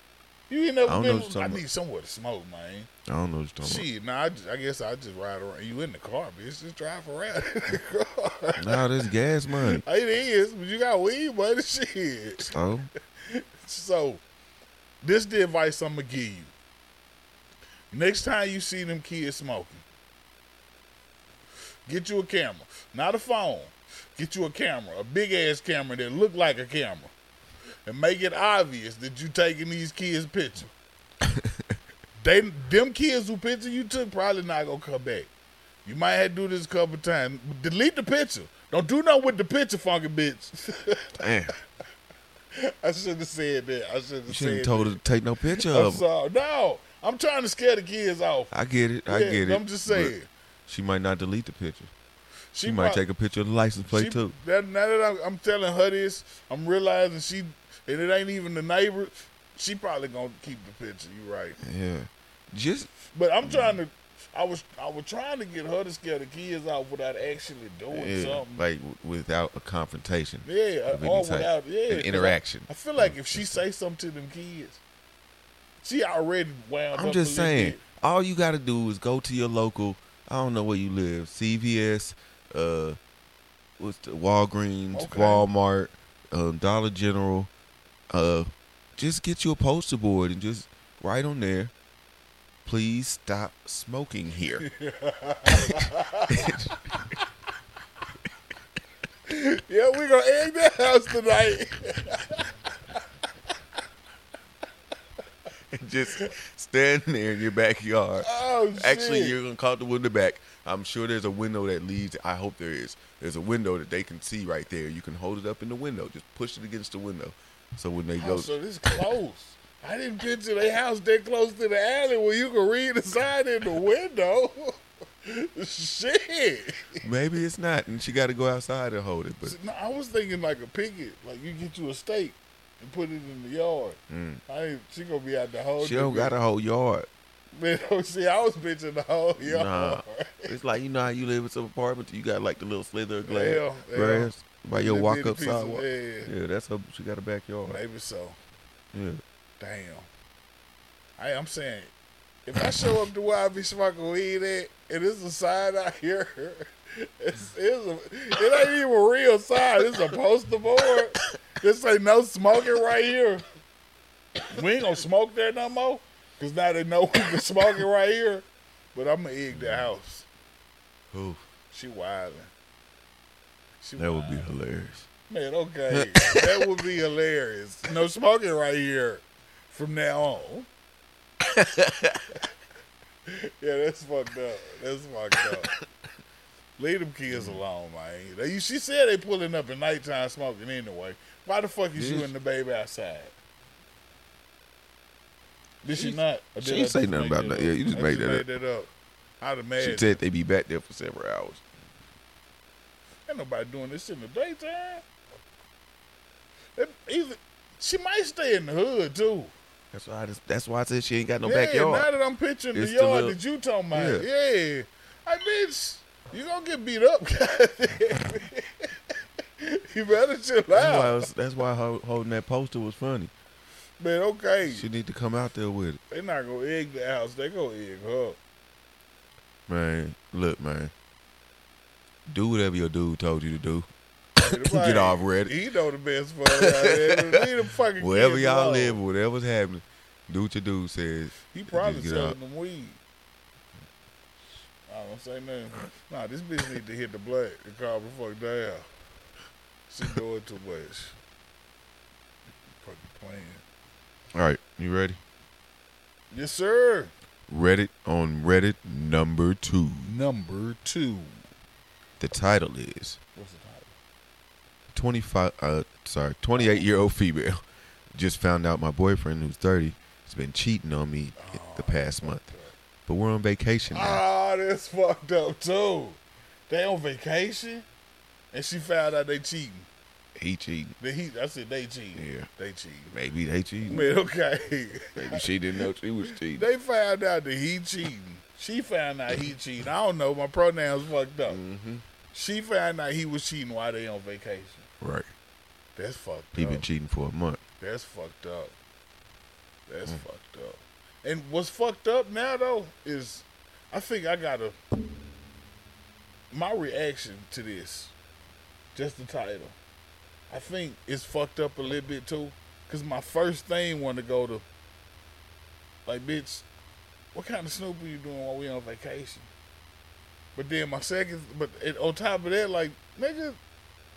You ain't never
I don't know
been.
what you're
I
talking
need somewhere to smoke, man.
I don't know what you're talking
Shit, nah. I, just, I guess I just ride around. You in the car, bitch? Just drive around in the car.
about. Nah, that's gas money.
it is, but you got weed, buddy. Shit.
Oh,
So, this the advice I'm gonna give you. Next time you see them kids smoking, get you a camera, not a phone. Get you a camera, a big ass camera that look like a camera, and make it obvious that you taking these kids' picture. they, them kids who picture you took probably not gonna come back. You might have to do this a couple times. Delete the picture. Don't do nothing with the picture, funky bitch.
damn.
I should have said that. I should
You
have
shouldn't
said.
told her to take no picture
that. I'm
of her.
sorry. No, I'm trying to scare the kids off.
I get it. I
Yeah,
get it.
I'm just
but
saying.
She might not delete the picture. She,
She
might
prob-
take a picture of the license plate
she-
too.
That, now that I'm, I'm telling her this, I'm realizing she, and it ain't even the neighbor. She probably gonna keep the picture. You right.
Yeah. Just
But I'm trying to. I was I was trying to get her to scare the kids off without actually doing
yeah,
something.
like w- without a confrontation.
yeah,
of any
or
type,
without yeah 'cause
an Mm,
I-
interaction.
I feel like if she say something to them kids, she already wound
I'm
up.
just
a little
saying,
bit.
all you got to do is go to your local. I don't know where you live. CVS, uh, what's the Walgreens,
Okay.
Walmart, um, Dollar General. Uh, just get you a poster board and just write on there. Please stop smoking here.
Yeah, we gonna egg that house tonight.
and just stand there in your backyard.
Oh,
Actually,
shit.
you're gonna call the window back. I'm sure there's a window that leads. I hope there is. There's a window that they can see right there. You can hold it up in the window. Just push it against the window. So when they
Oh,
go,
so this close. I didn't picture their house that close to the alley where you can read the sign in the window. Shit.
maybe it's not, and she got to go outside and hold it. But
No, I was thinking like a picket, like you get you a steak and put it in the yard. I ain't, she gonna be out the whole.
Mm. she don't got a whole yard.
Man, oh, see, I was bitching the whole yard.
Nah, it's like you know how you live in some apartment. You got like the little slither of glass,
Yeah, yeah.
grass by your
Little
walk
bitty
up
piece of-
sidewalk.
yeah.
yeah, that's how she got a backyard.
Maybe so.
Yeah.
Damn. I, I'm saying, if I show up to where I be smoking weed at, and it's a sign out here, it's, it's a, it ain't even a real sign. It's a poster board. This ain't no smoking right here. We ain't gonna smoke there no more, cause now they know we been smoking right here. But I'm gonna egg the house.
Ooh,
She wildin'. She
that would be hilarious.
Man, okay. that would be hilarious. No smoking right here from now on. yeah, that's fucked up. That's fucked up. Leave them kids alone, man. They, she said they pulling up at nighttime smoking anyway. Why the fuck is you
Yes.
and the baby outside? Did she
She-
not? Or
she
did I
ain't say
just
nothing
make
about that.
up?
Yeah, you just
I
made that up.
made that up. I'd imagine.
She said they be back there for several hours.
Ain't nobody doing this in the daytime. It- either she might stay in the hood too.
That's why. I just, that's why I said she ain't got no
yeah,
backyard.
now that I'm picturing
It's
the
the
yard
little-
that you talking about.
Yeah.
Yeah. I bitch, you gonna get beat up, goddamn. You better chill
That's why, I
out.
was, that's why ho- holding that poster was funny.
Man, okay.
She need to come out there with it,
They not gonna egg the house, they gonna egg her.
man. Look, man. Do whatever your dude told you to do.
Get
Get off ready.
He know the best for her. goddamn. Leave the fucking
Wherever
kids
y'all
alone.
live, whatever's happening, do what your dude says.
He probably
Just get
selling
out.
them weed. I don't say nothing. Nah, this bitch need to hit the black and calm the fuck down. She doing too much. Fucking playing.
All right, you ready?
Yes, sir.
Reddit on Reddit number two.
Number two.
The title is
What's the title?
25 uh sorry 28 year old female just found out my boyfriend who's 30 has been cheating on me the past month but we're on vacation now
Ah, that's fucked up too. They on vacation, and she found out they cheating.
he cheating
They, he, I said they cheating.
Yeah.
They cheating.
maybe they cheating
Man, okay.
maybe she didn't know she was cheating
They found out that he cheating. She found out he cheating. I don't know. My pronouns fucked up. She found out he was cheating while they on vacation.
right
That's fucked
he
up.
been cheating for a month
That's fucked up. That's That's fucked up. And what's fucked up now though is, I think I gotta. My reaction to this, just the title, I think it's fucked up a little bit too, cause my first thing want to go to. Like, bitch, what kind of snoop are you doing while we on vacation? But then my second, but it, on top of that, like, nigga,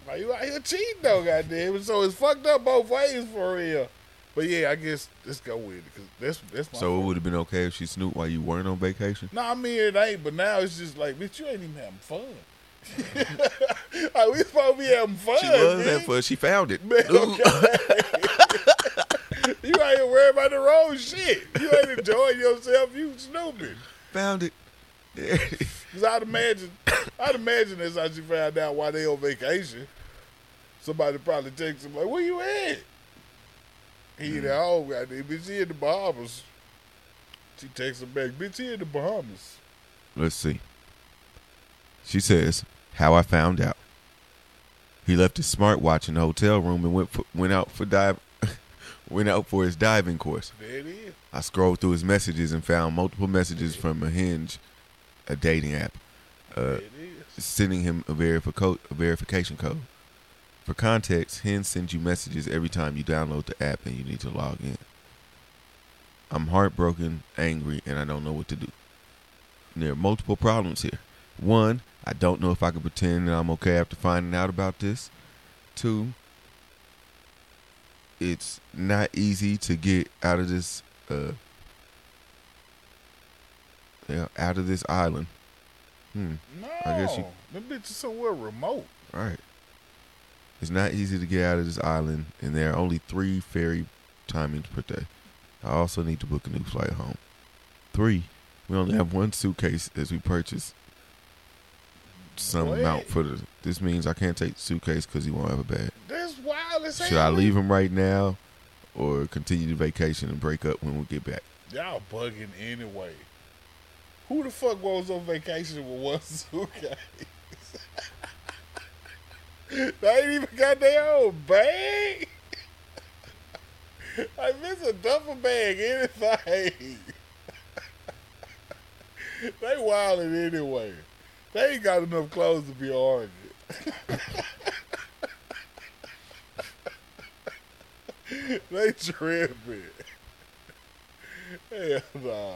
like you out here cheating though, goddamn. So it's fucked up both ways for real. But yeah, I guess let's go with it because that's that's my.
So it would have been okay if she snooped while you weren't on vacation.
No, I mean it ain't, but now it's just like, bitch, you ain't even having fun. like we supposed to be having fun.
She was
bitch.
that for she found it.
Man,
Ooh.
okay. you ain't worried about the wrong shit. You ain't enjoying yourself. You snooping.
found it.
Cause I'd imagine, I'd imagine that's how she found out why they on vacation. Somebody probably texts him like, "Where you at?" He at
Mm.
home, goddamn. Bitch, he in the Bahamas. She texts him back, "Bitch, he in the Bahamas."
Let's see. She says, "How I found out. He left his smartwatch in the hotel room and went for, went out for dive went out for his diving course.
There it is.
I scrolled through his messages and found multiple messages from a Hinge, a dating app,
There
uh,
it is.
sending him a, verifico- a verification code. For context, Hinge sends you messages every time you download the app and you need to log in. I'm heartbroken, angry, and I don't know what to do. There are multiple problems here. One, I don't know if I can pretend that I'm okay after finding out about this. Two, it's not easy to get out of this uh yeah, out of this island. Hmm.
No,
I guess you-
them bitches somewhere remote.
Right. It's not easy to get out of this island, and there are only three ferry timings per day. I also need to book a new flight home. Three, we only have one suitcase as we purchase some
What?
amount for the. This means I can't take the suitcase because he won't have a bag.
That's wild as hell.
Should I leave him right now, or continue the vacation and break up when we get back?
Y'all bugging anyway. Who the fuck goes on vacation with one suitcase? they ain't even got their own bag. like it's a duffel bag, anything. they wilding anyway. They ain't got enough clothes to be arguing. they tripping. Hell no.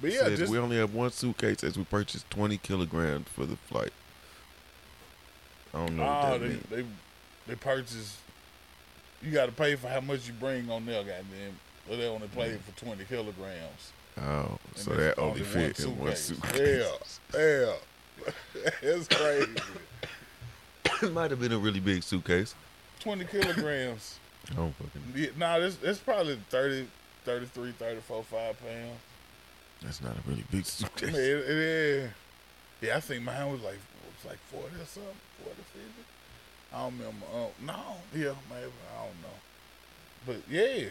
But yeah,
Said
just
we only have one suitcase as we purchase twenty kilograms for the flight. I don't know what
Oh,
that
they,
means.
they they purchase. You got to pay for how much you bring on there, goddamn. Well, they only play for twenty kilograms.
Oh, Mm. so
And it's
that only fit in one suitcase.
Yeah, yeah, it's crazy.
it might have been a really big suitcase.
twenty kilograms.
I don't fucking.
Yeah, nah, that's that's probably 30, 33, 34, five pounds.
That's not a really big
Yeah,
suitcase.
it, it is. Yeah, I think mine was like was like forty or something, 40, 50. I don't remember. Uh, no, yeah, maybe I don't know. But yeah,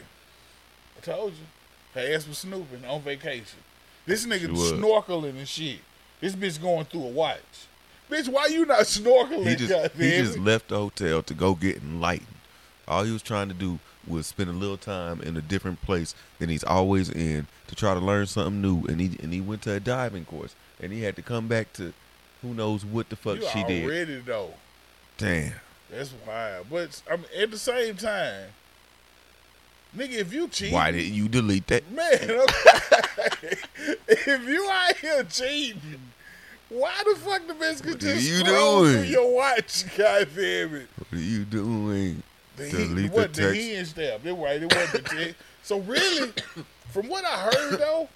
I told you, her ass was snooping on vacation. This nigga
She was.
snorkeling and shit. This bitch going through a watch. Bitch, why you not snorkeling?
He just
goddamn
he just
it?
left the hotel to go get enlightened. All he was trying to do was spend a little time in a different place than he's always in to try to learn something new. And he and he went to a diving course and he had to come back to who knows what the fuck
you
she
already
did.
though.
Damn.
That's wild. But I mean, at the same time, nigga, if you cheat,
Why didn't you delete that?
Man, okay. if you out here cheating, why the fuck the bitch could
What are
just
you
scroll through
doing?
your watch? God damn it!
What are you doing?
The
Delete
he,
the
what the,
text.
hinge tab? It right. It wasn't the text. So really, from what I heard though,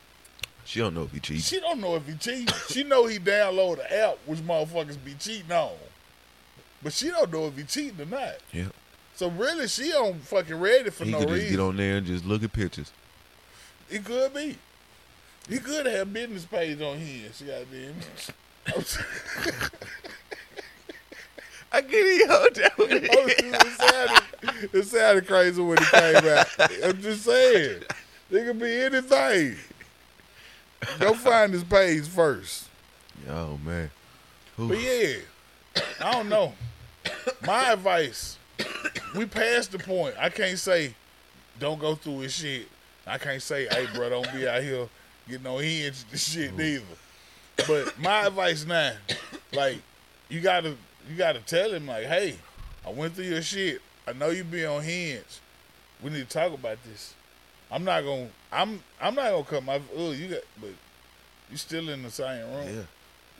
She don't know if he cheated.
she don't know if he cheating. She know he download the app, which motherfuckers be cheating on. But she don't know if he cheating or not.
Yeah.
So really, she don't fucking ready for
He
no
could just
reason.
get on there and just look at pictures.
It could be. He could have business page on his. Goddamn. I'm s-
I get it, hold down with
I'm s- it, sounded, it sounded crazy when it came out. I'm just saying. It could be anything. Go find his page first.
Oh man. Ooh.
But yeah, I don't know. My advice, we passed the point. I can't say don't go through his shit. I can't say, hey, bro, don't be out here getting no hinge and shit neither. But my advice now, like, you gotta you gotta tell him like, hey, I went through your shit. I know you be on hinge. We need to talk about this. I'm not gonna I'm I'm not gonna cut my oh you got but you still in the same room.
Yeah.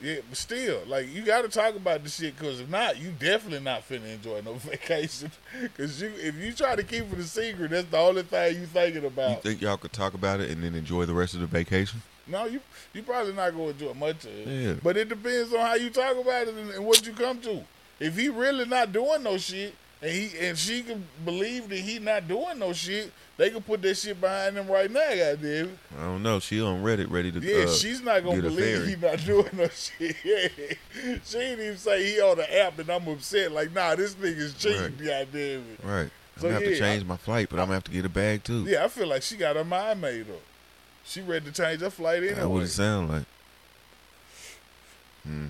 Yeah, but still, like you got to talk about this shit because if not, you definitely not finna enjoy no vacation. Because you, if you try to keep it a secret, that's the only thing you thinking
You
about.
think y'all could talk about it and then enjoy the rest of the vacation?
no, you you probably not gonna enjoy much of it.
Yeah.
But it depends on how you talk about it and, and what you come to. If he really not doing no shit, and he and she can believe that he not doing no shit, they can put that shit behind him right now, goddamn. it.
I don't know. She on Reddit ready to
Yeah,
uh,
she's not gonna
get a
believe
fairy.
he not doing no shit. Yeah. She didn't even say he on the app and I'm upset. Like, nah, this nigga's cheating,
Right.
goddamn it.
Right. I'm
So,
gonna have to
yeah,
change my flight, but I'm gonna have to get a bag too.
Yeah, I feel like she got her mind made up. She ready to change her flight
That what
anyway.
it sound like. Hmm.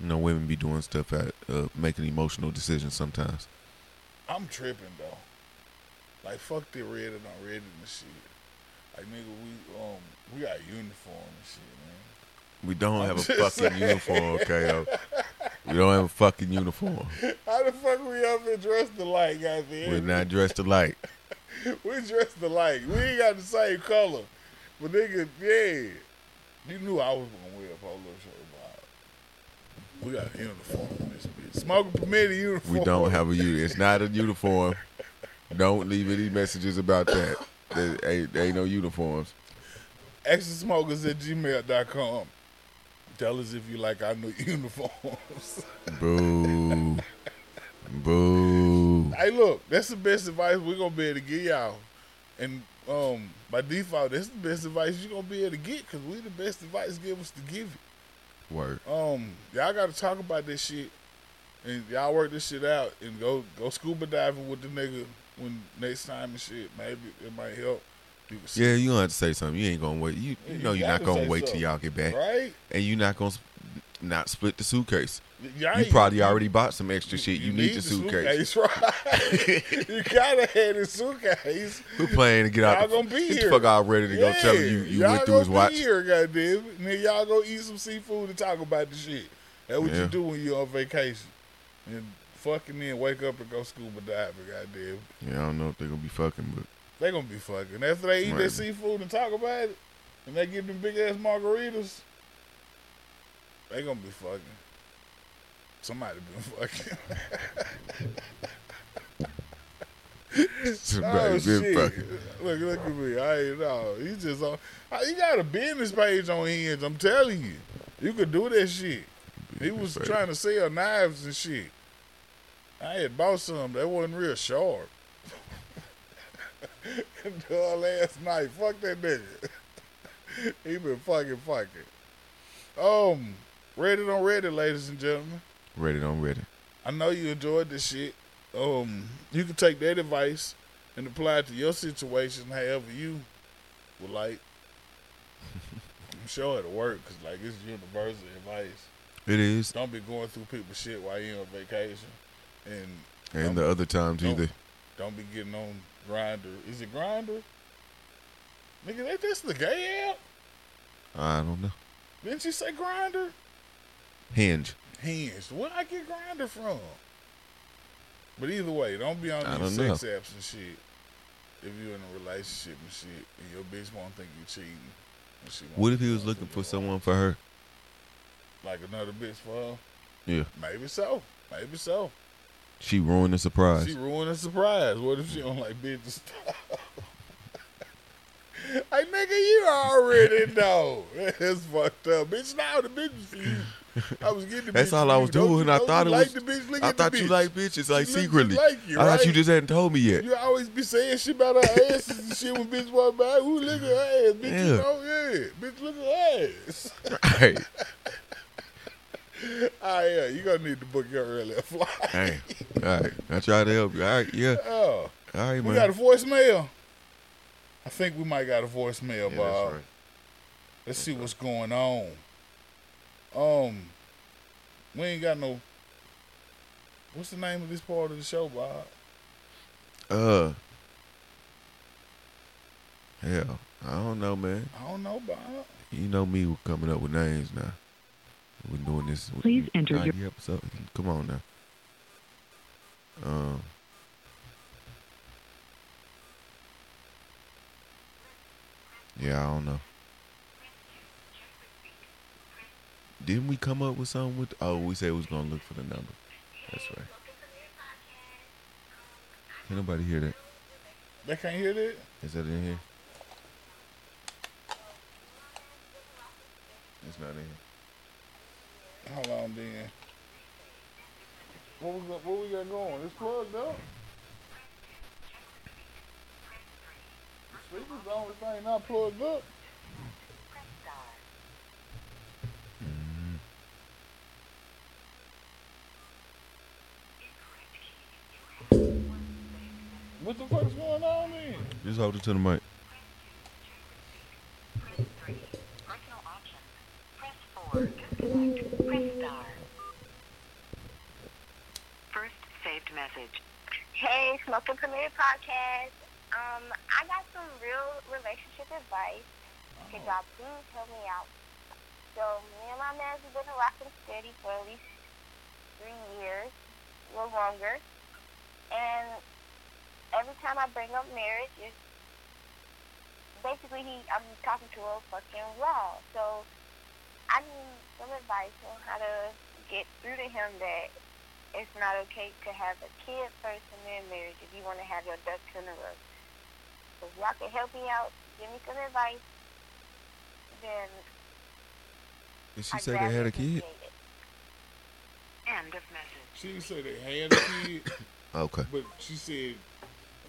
You know, women be doing stuff at uh, making emotional decisions sometimes.
I'm tripping though. Like fuck the red and on red and the shit. Like nigga, we um we got uniform and shit, man.
We don't have a
just
fucking
saying.
uniform, KO. We don't have a fucking uniform.
How the fuck we up and dressed alike, goddamn?
We're not dressed alike.
We dressed alike. We ain't got the same color. But nigga, yeah. You knew I was gonna wear a polo shirt, Bob. We got a uniform on this bitch. Smoking permitted uniform.
We don't have a uniform. It's not a uniform. Don't leave any messages about that. There ain't, there ain't no uniforms.
Extrasmokers at gmail.com. Tell us if you like our new uniforms.
Boo. Boo.
hey, look, that's the best advice we're gonna be able to give y'all. And um, by default, that's the best advice you're gonna be able to get because we the best advice givers to give you.
Word.
Um, y'all got to talk about this shit, and y'all work this shit out, and go go scuba diving with the nigga when next time and shit. Maybe it might help. You can see,
Yeah, you gonna have to say something. You ain't gonna wait. You,
Yeah,
you
you
know you're
gotta
not gonna
say
wait
something.
till y'all get back,
right?
and you're not gonna sp- not split the suitcase.
Y- y'all
You
ain't-
probably already bought some extra shit. You, need, the suitcase.
right? you gotta have the suitcase.
We're playing to get out.
Y'all
the,
gonna be
get the
here.
fuck all ready to go. Tell him you you
all
went through his
gonna
watch.
Be here, goddamn. And then y'all go eat some seafood and talk about the shit. That's what
Yeah.
you do when you're on vacation. And fucking then wake up and go scuba diving, goddamn.
Yeah, I don't know if they're gonna be fucking, but
They gonna be fucking. After they eat their
Right.
seafood and talk about it, and they get them big ass margaritas, they gonna be fucking. Somebody been fucking.
somebody
oh
been
shit!
fucking.
Look, look at me. I ain't know. He just on. He got a business page on Hinge. I'm telling you, you could do that shit. He was
Business page.
trying to sell knives and shit. I had bought some that wasn't real sharp. Dull last night. Fuck that nigga. he been fucking fucking. Um, Reddit on Reddit, ladies and gentlemen.
Ready on ready.
I know you enjoyed this shit. Um, you can take that advice and apply it to your situation however you would like. I'm sure it'll work because like it's universal advice.
It is,
Don't be going through people's shit while you're on vacation, and
and the other times
Nope.
either.
don't be getting on grinder. Is it grinder? Nigga, that that's the gay app.
I don't know.
Didn't you say grinder?
Hinge.
Hinge. Where I get grinder from? But either way, don't be on
I
these
don't
sex apps and shit. If you're in a relationship and shit, and your bitch won't think you cheating. and she won't
What if
think
he
you
was
don't
looking
think
for
you are.
someone for her?
like another bitch for her?
Yeah.
Maybe so. Maybe so.
She ruined the surprise.
She ruined a surprise. What if she don't like bitches? style? hey, nigga, you already know. That's fucked up. Bitch, now the bitch was for you. I was getting the
That's
bitch
all
for
I
you.
was
Don't you
doing. I
know
thought
you
it
like
was-
the bitch. Look
I
at the
thought you
bitch.
liked bitches like
She looked
secretly.
like you,
I thought you
right?
just hadn't told me yet.
You always be saying shit about her asses and shit when bitch walk by. Ooh, look at her ass, bitch. You
Yeah.
know, yeah, bitch, look at her ass.
hey,
Ah, yeah, you gonna need to book your early flight.
hey, all right. I tried to help you. All right, yeah,
Oh,
all right,
we
man.
got a voicemail. I think we might got a voicemail,
yeah,
Bob.
that's right.
Let's see what's going on. Um, we ain't got no. What's the name of this part of the show, Bob?
Uh, Hell, I don't know, man.
I don't know, Bob.
You know me with coming up with names now. We're doing this. with-
Please enter your-
90 episode. Come on now. Um. Yeah, I don't know. Didn't we come up with something with? Oh, we said we was gonna look for the number. That's right. Can nobody hear that?
They can't hear that?
Is that in here? It's not in here.
Hold on, then. What we got, what we got going? It's plugged up. The speaker's the only thing not plugged up. What the fuck's going on then?
Just hold it to the mic.
First saved message.
Hey, Smoking Premier Podcast. Um, I got some real relationship advice. Could y'all please help me out? So, me and my man have been rocking steady for at least three years, or longer. And every time I bring up marriage, it's basically he I'm talking to a fucking wall. So, I need some advice on how to get through to him that it's not okay to have a kid first and then marriage if you want to have your ducks in a row. If y'all can help me out, give me some advice, then
Did she
I'd
say they
gladly
had a kid?
appreciate it.
End of message.
She didn't say they had a kid,
Okay.
but she said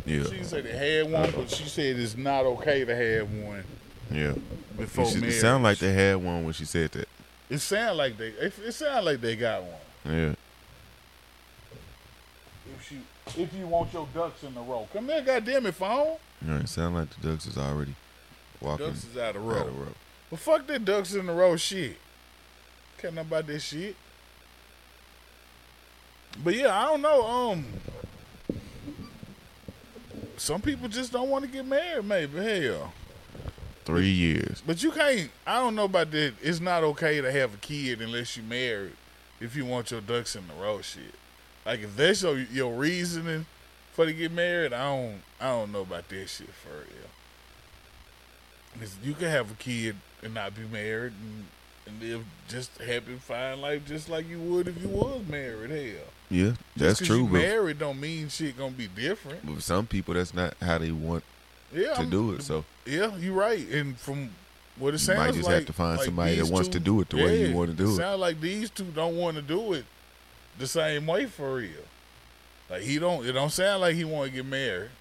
Yeah.
she didn't say they had one, but she said it's not okay to have one
Yeah.
before
She-
marriage.
it sounded like they had one when she said that.
It sound like they. It, it sound like they got one.
Yeah.
If you if you want your ducks in a row, come here, goddamn it, phone.
All right. Sound like the ducks is already walking
Ducks is out of
out
row.
of row.
Well, fuck that ducks in a row shit. Can't nothing about this shit. But yeah, I don't know. Um, some people just don't want to get married. Maybe hell,
Three years.
but you can't. I don't know about that. It's not okay to have a kid unless you married. If you want your ducks in a row, shit. Like if that's your your reasoning for to get married, I don't I don't know about that shit for real. 'Cause you can have a kid and not be married and, and live just happy, fine life just like you would if you was married. Hell,
Yeah,
Just
that's
'cause
true.
You
But,
married don't mean shit gonna be different.
but for some people, that's not how they want
Yeah,
to
I'm-
do it. So
Yeah, you're right. And from what it
You
sounds
might
like,
just have to find
like
somebody that
these
wants
two-
to do it the way you
yeah,
wanna do it.
Sound like these two don't want to do it the same way for real. Like he don't. It don't sound like he want to get married.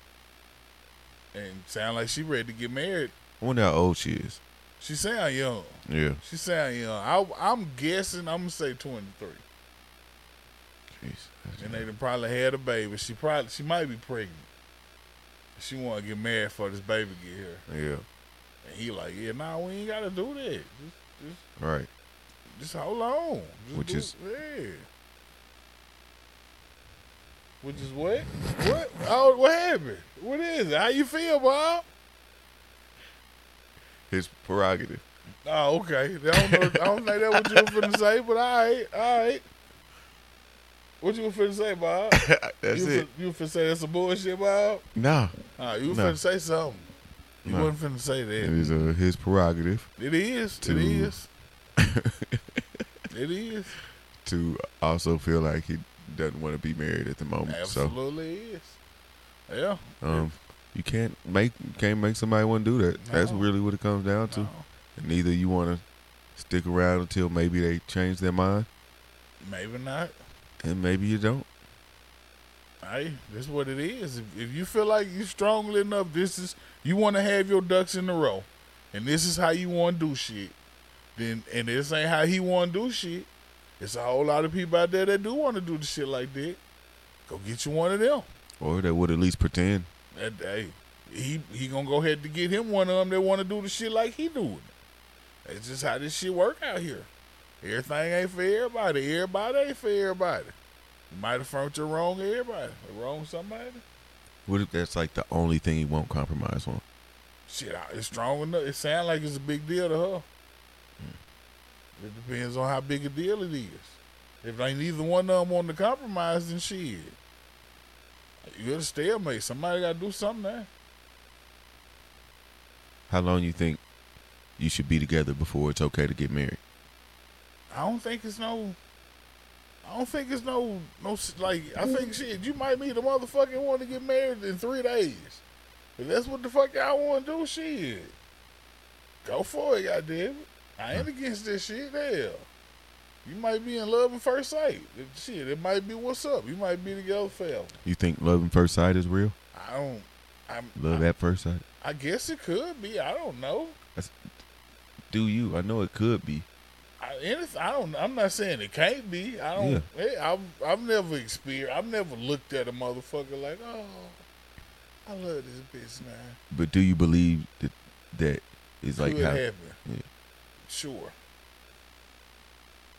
And sound like she ready to get married.
I wonder how old she is.
She sound young.
Yeah.
She sound young. I, I'm guessing. I'm gonna say 23.
Jeez.
And they done probably had a baby. She probably she might be pregnant. She want to get married for this baby get here.
Yeah.
And he like, yeah, nah, we ain't gotta do that. Just, just
All right.
Just hold on. Just
Which
do-
is-
yeah. Which is what? What? Oh, what happened? What is it? How you feel, Bob?
His prerogative.
Oh, okay. I don't know. I don't think that what you were finna say, but all right, all right. What you were finna say, Bob?
that's
you
it.
Fin, you were finna say that's some bullshit, Bob?
Nah.
Ah, you were
No.
finna say something. You
No.
wasn't finna say
It
that.
is uh, his prerogative
It is.
To-
It is. it is.
to also feel like he doesn't want to be married at the moment. So
Absolutely is. Yeah.
um, you can't make you can't make somebody want to do that. That's
No.
really what it comes down to.
No.
And either you want to stick around until maybe they change their mind,
Maybe not.
and maybe you don't.
Hey, that's what it is. If, if you feel like you strongly enough, this is you want to have your ducks in a row, and this is how you want to do shit. Then and this ain't how he want to do shit. It's a whole lot of people out there that do want to do the shit like that. Go get you one of them.
Or they would at least pretend.
That hey, he he gonna go ahead to get him one of them that want to do the shit like he doing. it. That's just how this shit work out here. Everything ain't for everybody. Everybody ain't for everybody. You might have found your wrong everybody, wrong somebody.
What if that's like the only thing he won't compromise on?
Shit, I- it's strong enough. It sounds like it's a big deal to her. It depends on how big a deal it is. If ain't neither one of them want to compromise, then shit. You're a stalemate. Somebody got to do something there.
How long you think you should be together before it's okay to get married?
I don't think it's no. I don't think it's no no s- like. I think shit. You might meet a motherfucking want to get married in three days. If that's what the fuck I want to do, shit. Go for it, goddamn it. I ain't against this shit. Hell, you might be in love at first sight. It- Shit, it might be what's up. You might be together forever.
You think love at first sight is real?
I don't. I'm,
Love at first sight?
I guess it could be. I don't know.
Do you? I know it could be.
I, anything, I don't. I'm not saying it can't be. I don't. Hey, I've I've never experienced. I've never looked at a motherfucker like, oh, I love this bitch now.
But do you believe that that is like
Could
how
happen.
yeah.
Sure.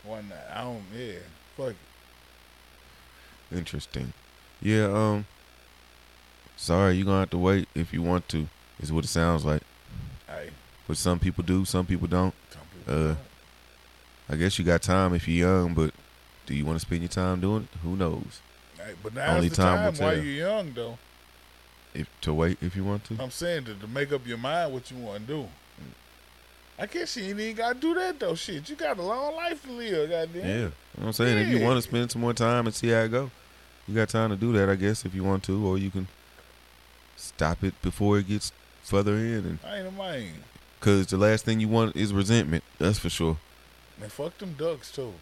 Why not? I don't. Yeah. Fuck it.
interesting? Yeah, um sorry, you're gonna have to wait if you want to, is what it sounds like.
Hey,
But some people do, some people don't.
some people.
Uh
don't.
I guess you got time if you're young, but do you wanna spend your time doing it? Who knows?
Hey, but now's
only
the
time will
time, while
tell.
you're young, though.
If to wait if you want to?
I'm saying to, to make up your mind what you want to do. I guess you ain't even got to do that, though. Shit, you got a long life to live, goddamn.
Yeah. You know what I'm saying? If you
Yeah.
want to spend some more time and see how it go, you got time to do that, I guess, if you want to, or you can stop it before it gets further in. And
I ain't a man.
because the last thing you want is resentment. That's for sure.
And fuck them ducks, too.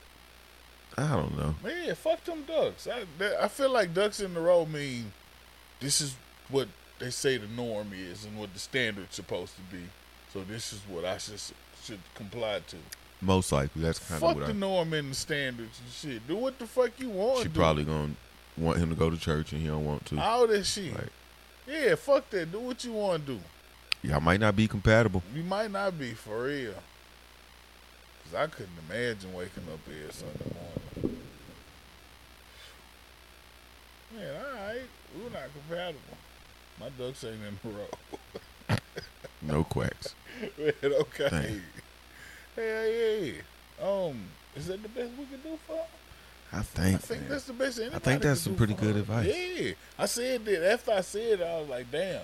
I don't know.
Man, fuck them ducks. I that, I feel like ducks in the row mean this is what they say the norm is and what the standard's supposed to be. So this is what I should should comply to.
Most likely, that's kind of
fuck
what
the
I.
norm and the standards and shit. Do what the fuck you want.
She
to do.
probably gonna want him to go to church, and he don't want to.
all that shit.
Right.
Yeah, fuck that. Do what you want to do.
Y'all might not be compatible.
You might not be for real. Cause I couldn't imagine waking up here Sunday morning. Man, all right, we're not compatible. My ducks ain't in a row.
No quacks.
Man, okay.
Dang.
Hell yeah. Um, is that the best we can do for? her?
I think.
I think
man.
that's the best. Anybody
think that's
could
some
do
pretty
for her.
good advice.
Yeah, I said that after I said it, I was like, damn.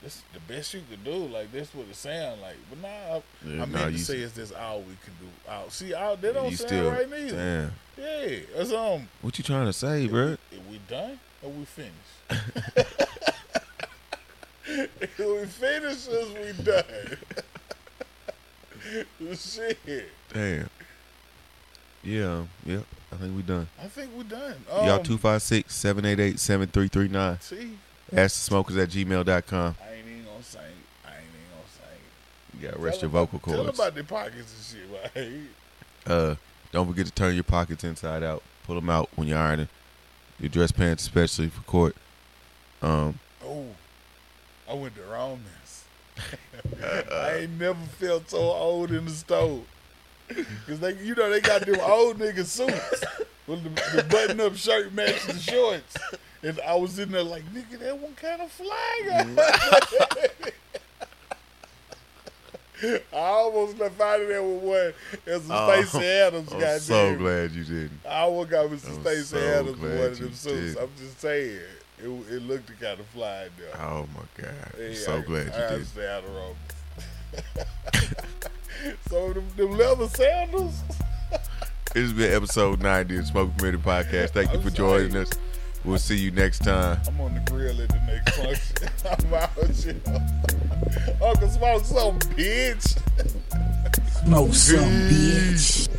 This is the best you could do. Like that's what it sound like. But nah, I,
Yeah,
I
nah,
meant
you-
to say is this all we can do. All, see, all, they don't
you
sound
still.
right neither.
Damn.
Yeah, that's um.
What you trying to say, bro?
If we done or we finished? if we finish this, we done. Shit,
Damn. Yeah. Yep. I think we done.
I think we done.
Y'all
Um,
256 788 7339.
See,
Ask the smokers at gmail.com.
I ain't even gonna say. it. I ain't even gonna say. it.
You gotta rest
Tell
your vocal
them- Tell them
cords.
about their pockets and shit, right?
Uh, don't forget to turn your pockets inside out. Pull them out when you're ironing. Your dress pants, especially for court. Um,
Oh, I went to wrongness. I ain't never felt so old in the stove. Cause they, you know, they got them old nigga suits with the, the button-up shirt matching the shorts, and I was in there like, nigga, that one kind of flag. I almost left out of there with one as a
Oh,
Stacey Adams.
I'm
goddamn.
so glad you didn't.
I would got Mr.
I'm
Stacey
so
Adams in
glad
one of
you
them suits.
did.
I'm just saying, it it looked kind of fly though.
Oh my God.
Yeah, Uh,
I'm so glad
I,
you
I
did.
stay out of wrong. so them, them leather sandals.
It's been episode 90 of Smoke Committee Podcast. Thank you
I'm
for joining
sorry.
us. We'll see you next time.
I'm on the grill at the next function. I'm out, you know. Uncle Smoke, so bitch.
Smoke some, bitch.